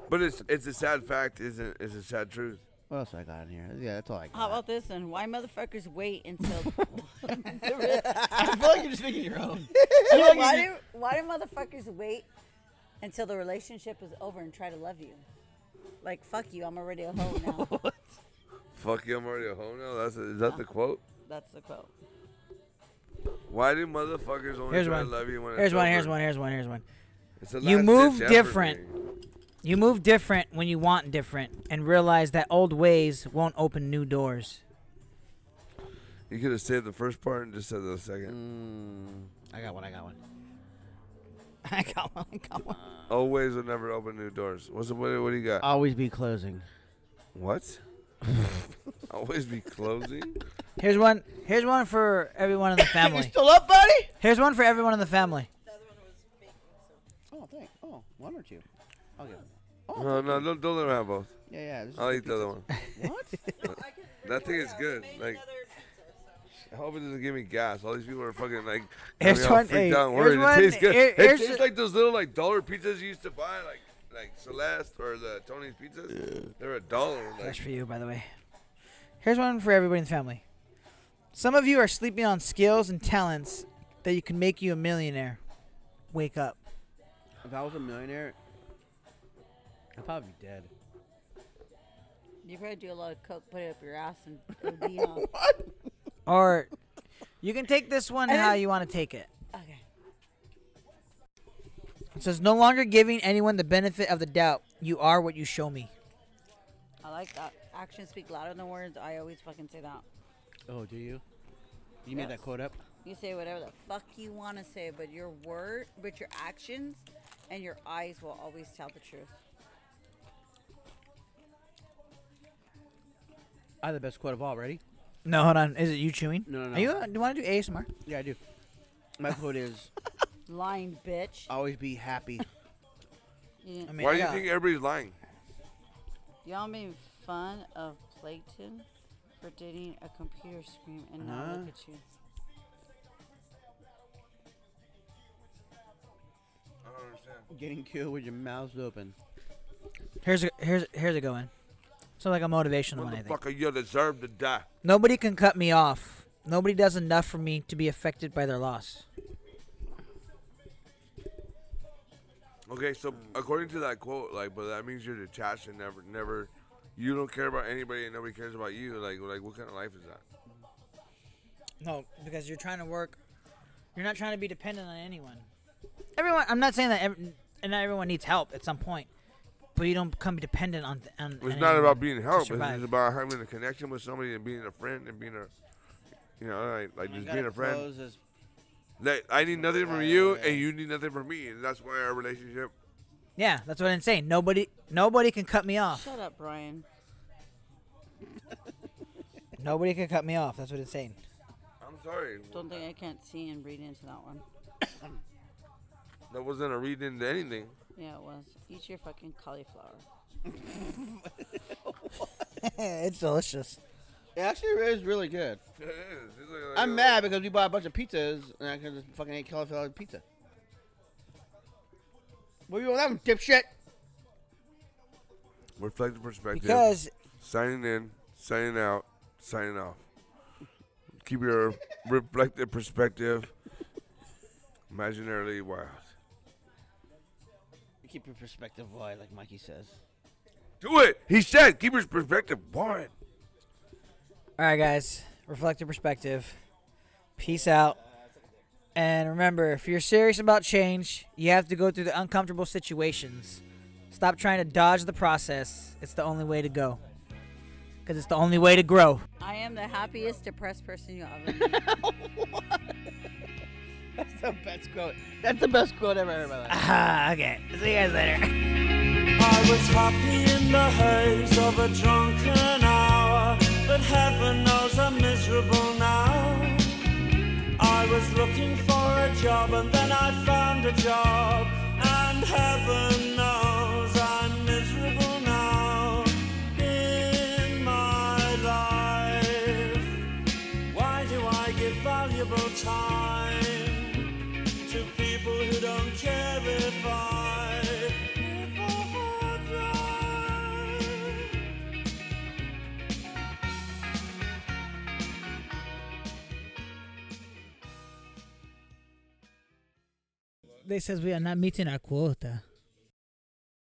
But it's it's a sad fact. Is a, it's a sad truth. What else I got in here? Yeah, that's all I got. How about this one? Why motherfuckers <laughs> wait until? I feel like you're just making your own. why do why do motherfuckers wait until the relationship is over and try to love you? Like fuck you, I'm already <laughs> a hoe now. Fuck you, I'm already a hoe now. That's a, is that the quote? That's the quote. Why do motherfuckers only Here's try one. to love you when Here's it's one. over? Here's one. Here's one. Here's one. It's a You last-ditch move effort different. thing. You move different when you want different, and realize that old ways won't open new doors. You could have saved the first part and just said the second. I got one. I got <laughs> one. Uh, I got one. I got one. Always will never open new doors. What's the, what, what do you got? Always be closing. what? <laughs> Always be closing. Here's one. Here's one for everyone in the You family. still up, buddy? Here's one for everyone in the family. Oh, thank. Oh, one or two. I'll get one. No, no, don't, don't let them have both. Yeah, yeah. this is I'll good eat the other one. <laughs> pizza. <laughs> What? That thing is good. Like, I hope it doesn't give me gas. All these people are fucking like Here's coming out one- freaked hey, out and here's worried. one- it tastes good. here- it here's- tastes like those little like dollar pizzas you used to buy, like like Celeste or the Tony's pizzas. They're a dollar. That's Like, for you, by the way. Here's one for everybody in the family. Some of you are sleeping on skills and talents that you can make you a millionaire. Wake up. If I was a millionaire, I'd probably be dead. You probably do a lot of coke, put it up your ass, and <laughs> OD on. Or you can take this one how you want to take it. Okay. It says no longer giving anyone the benefit of the doubt. You are what you show me. I like that. Actions speak louder than words. I always fucking say that. Oh, do you? You made that Yes. quote up? You say whatever the fuck you want to say, but your word, but your actions, and your eyes will always tell the truth. I have the best quote of all. Ready? No, hold on. Is it you chewing? No, no, no. Are you? uh, Do you want to do ASMR? Yeah, I do. My quote is Lying bitch. always be happy. You, I mean, Why I do you got- think everybody's lying? y'all made fun of Plankton for dating a computer screen, and now look Huh? at you. I don't understand. Getting killed with your mouth open. Here's a here's here's a going. So like a motivational one, I think. Motherfucker, you deserve to die. Nobody can cut me off. Nobody does enough for me to be affected by their loss. Okay, so according to that quote, like, but that means you're detached and never, never, you don't care about anybody and nobody cares about you. Like, like what kind of life is that? No, because you're trying to work. You're not trying to be dependent on anyone. Everyone, I'm not saying that, every, and not everyone needs help at some point, but you don't become dependent on. on It's not about being helped. helped. It's just about having a connection with somebody and being a friend and being a, you know, like, like just being a friend. Like, I need nothing from you and you need nothing from me, and that's why our relationship. Yeah, that's what I'm saying. Nobody, nobody can cut me off. Shut up, Brian. Nobody can cut me off. That's what it's saying. <laughs> I'm sorry, Don't think I can't see and read into that one. that wasn't a read into anything. <laughs> Yeah, it was. Eat your fucking cauliflower. it's delicious. It actually is really good. It is. It's like- I'm mad because we bought a bunch of pizzas and I could just fucking ate cauliflower pizza. What are you on that one, dipshit? Reflective uh, perspective. Because signing in, signing out, signing off. Keep your reflective perspective imaginarily wild. Keep your perspective wide, like Mikey says. <laughs> Do it! He said, keep your perspective wide. All right, guys. Reflective perspective. Peace out. And remember, if you're serious about change, you have to go through the uncomfortable situations. Stop trying to dodge the process. It's the only way to go. Because it's the only way to grow. <laughs> I am the happiest depressed person you'll ever meet. That's the best quote. That's the best quote ever heard in my life. Ah, okay. See you guys later. I was happy in the haze of a drunken hour, but heaven knows I'm miserable now. I was looking for a job and then I found a job, and heaven knows I'm miserable now in my life. Why do I give valuable time? to people who don't care if I live or die. They says we are not meeting our quota.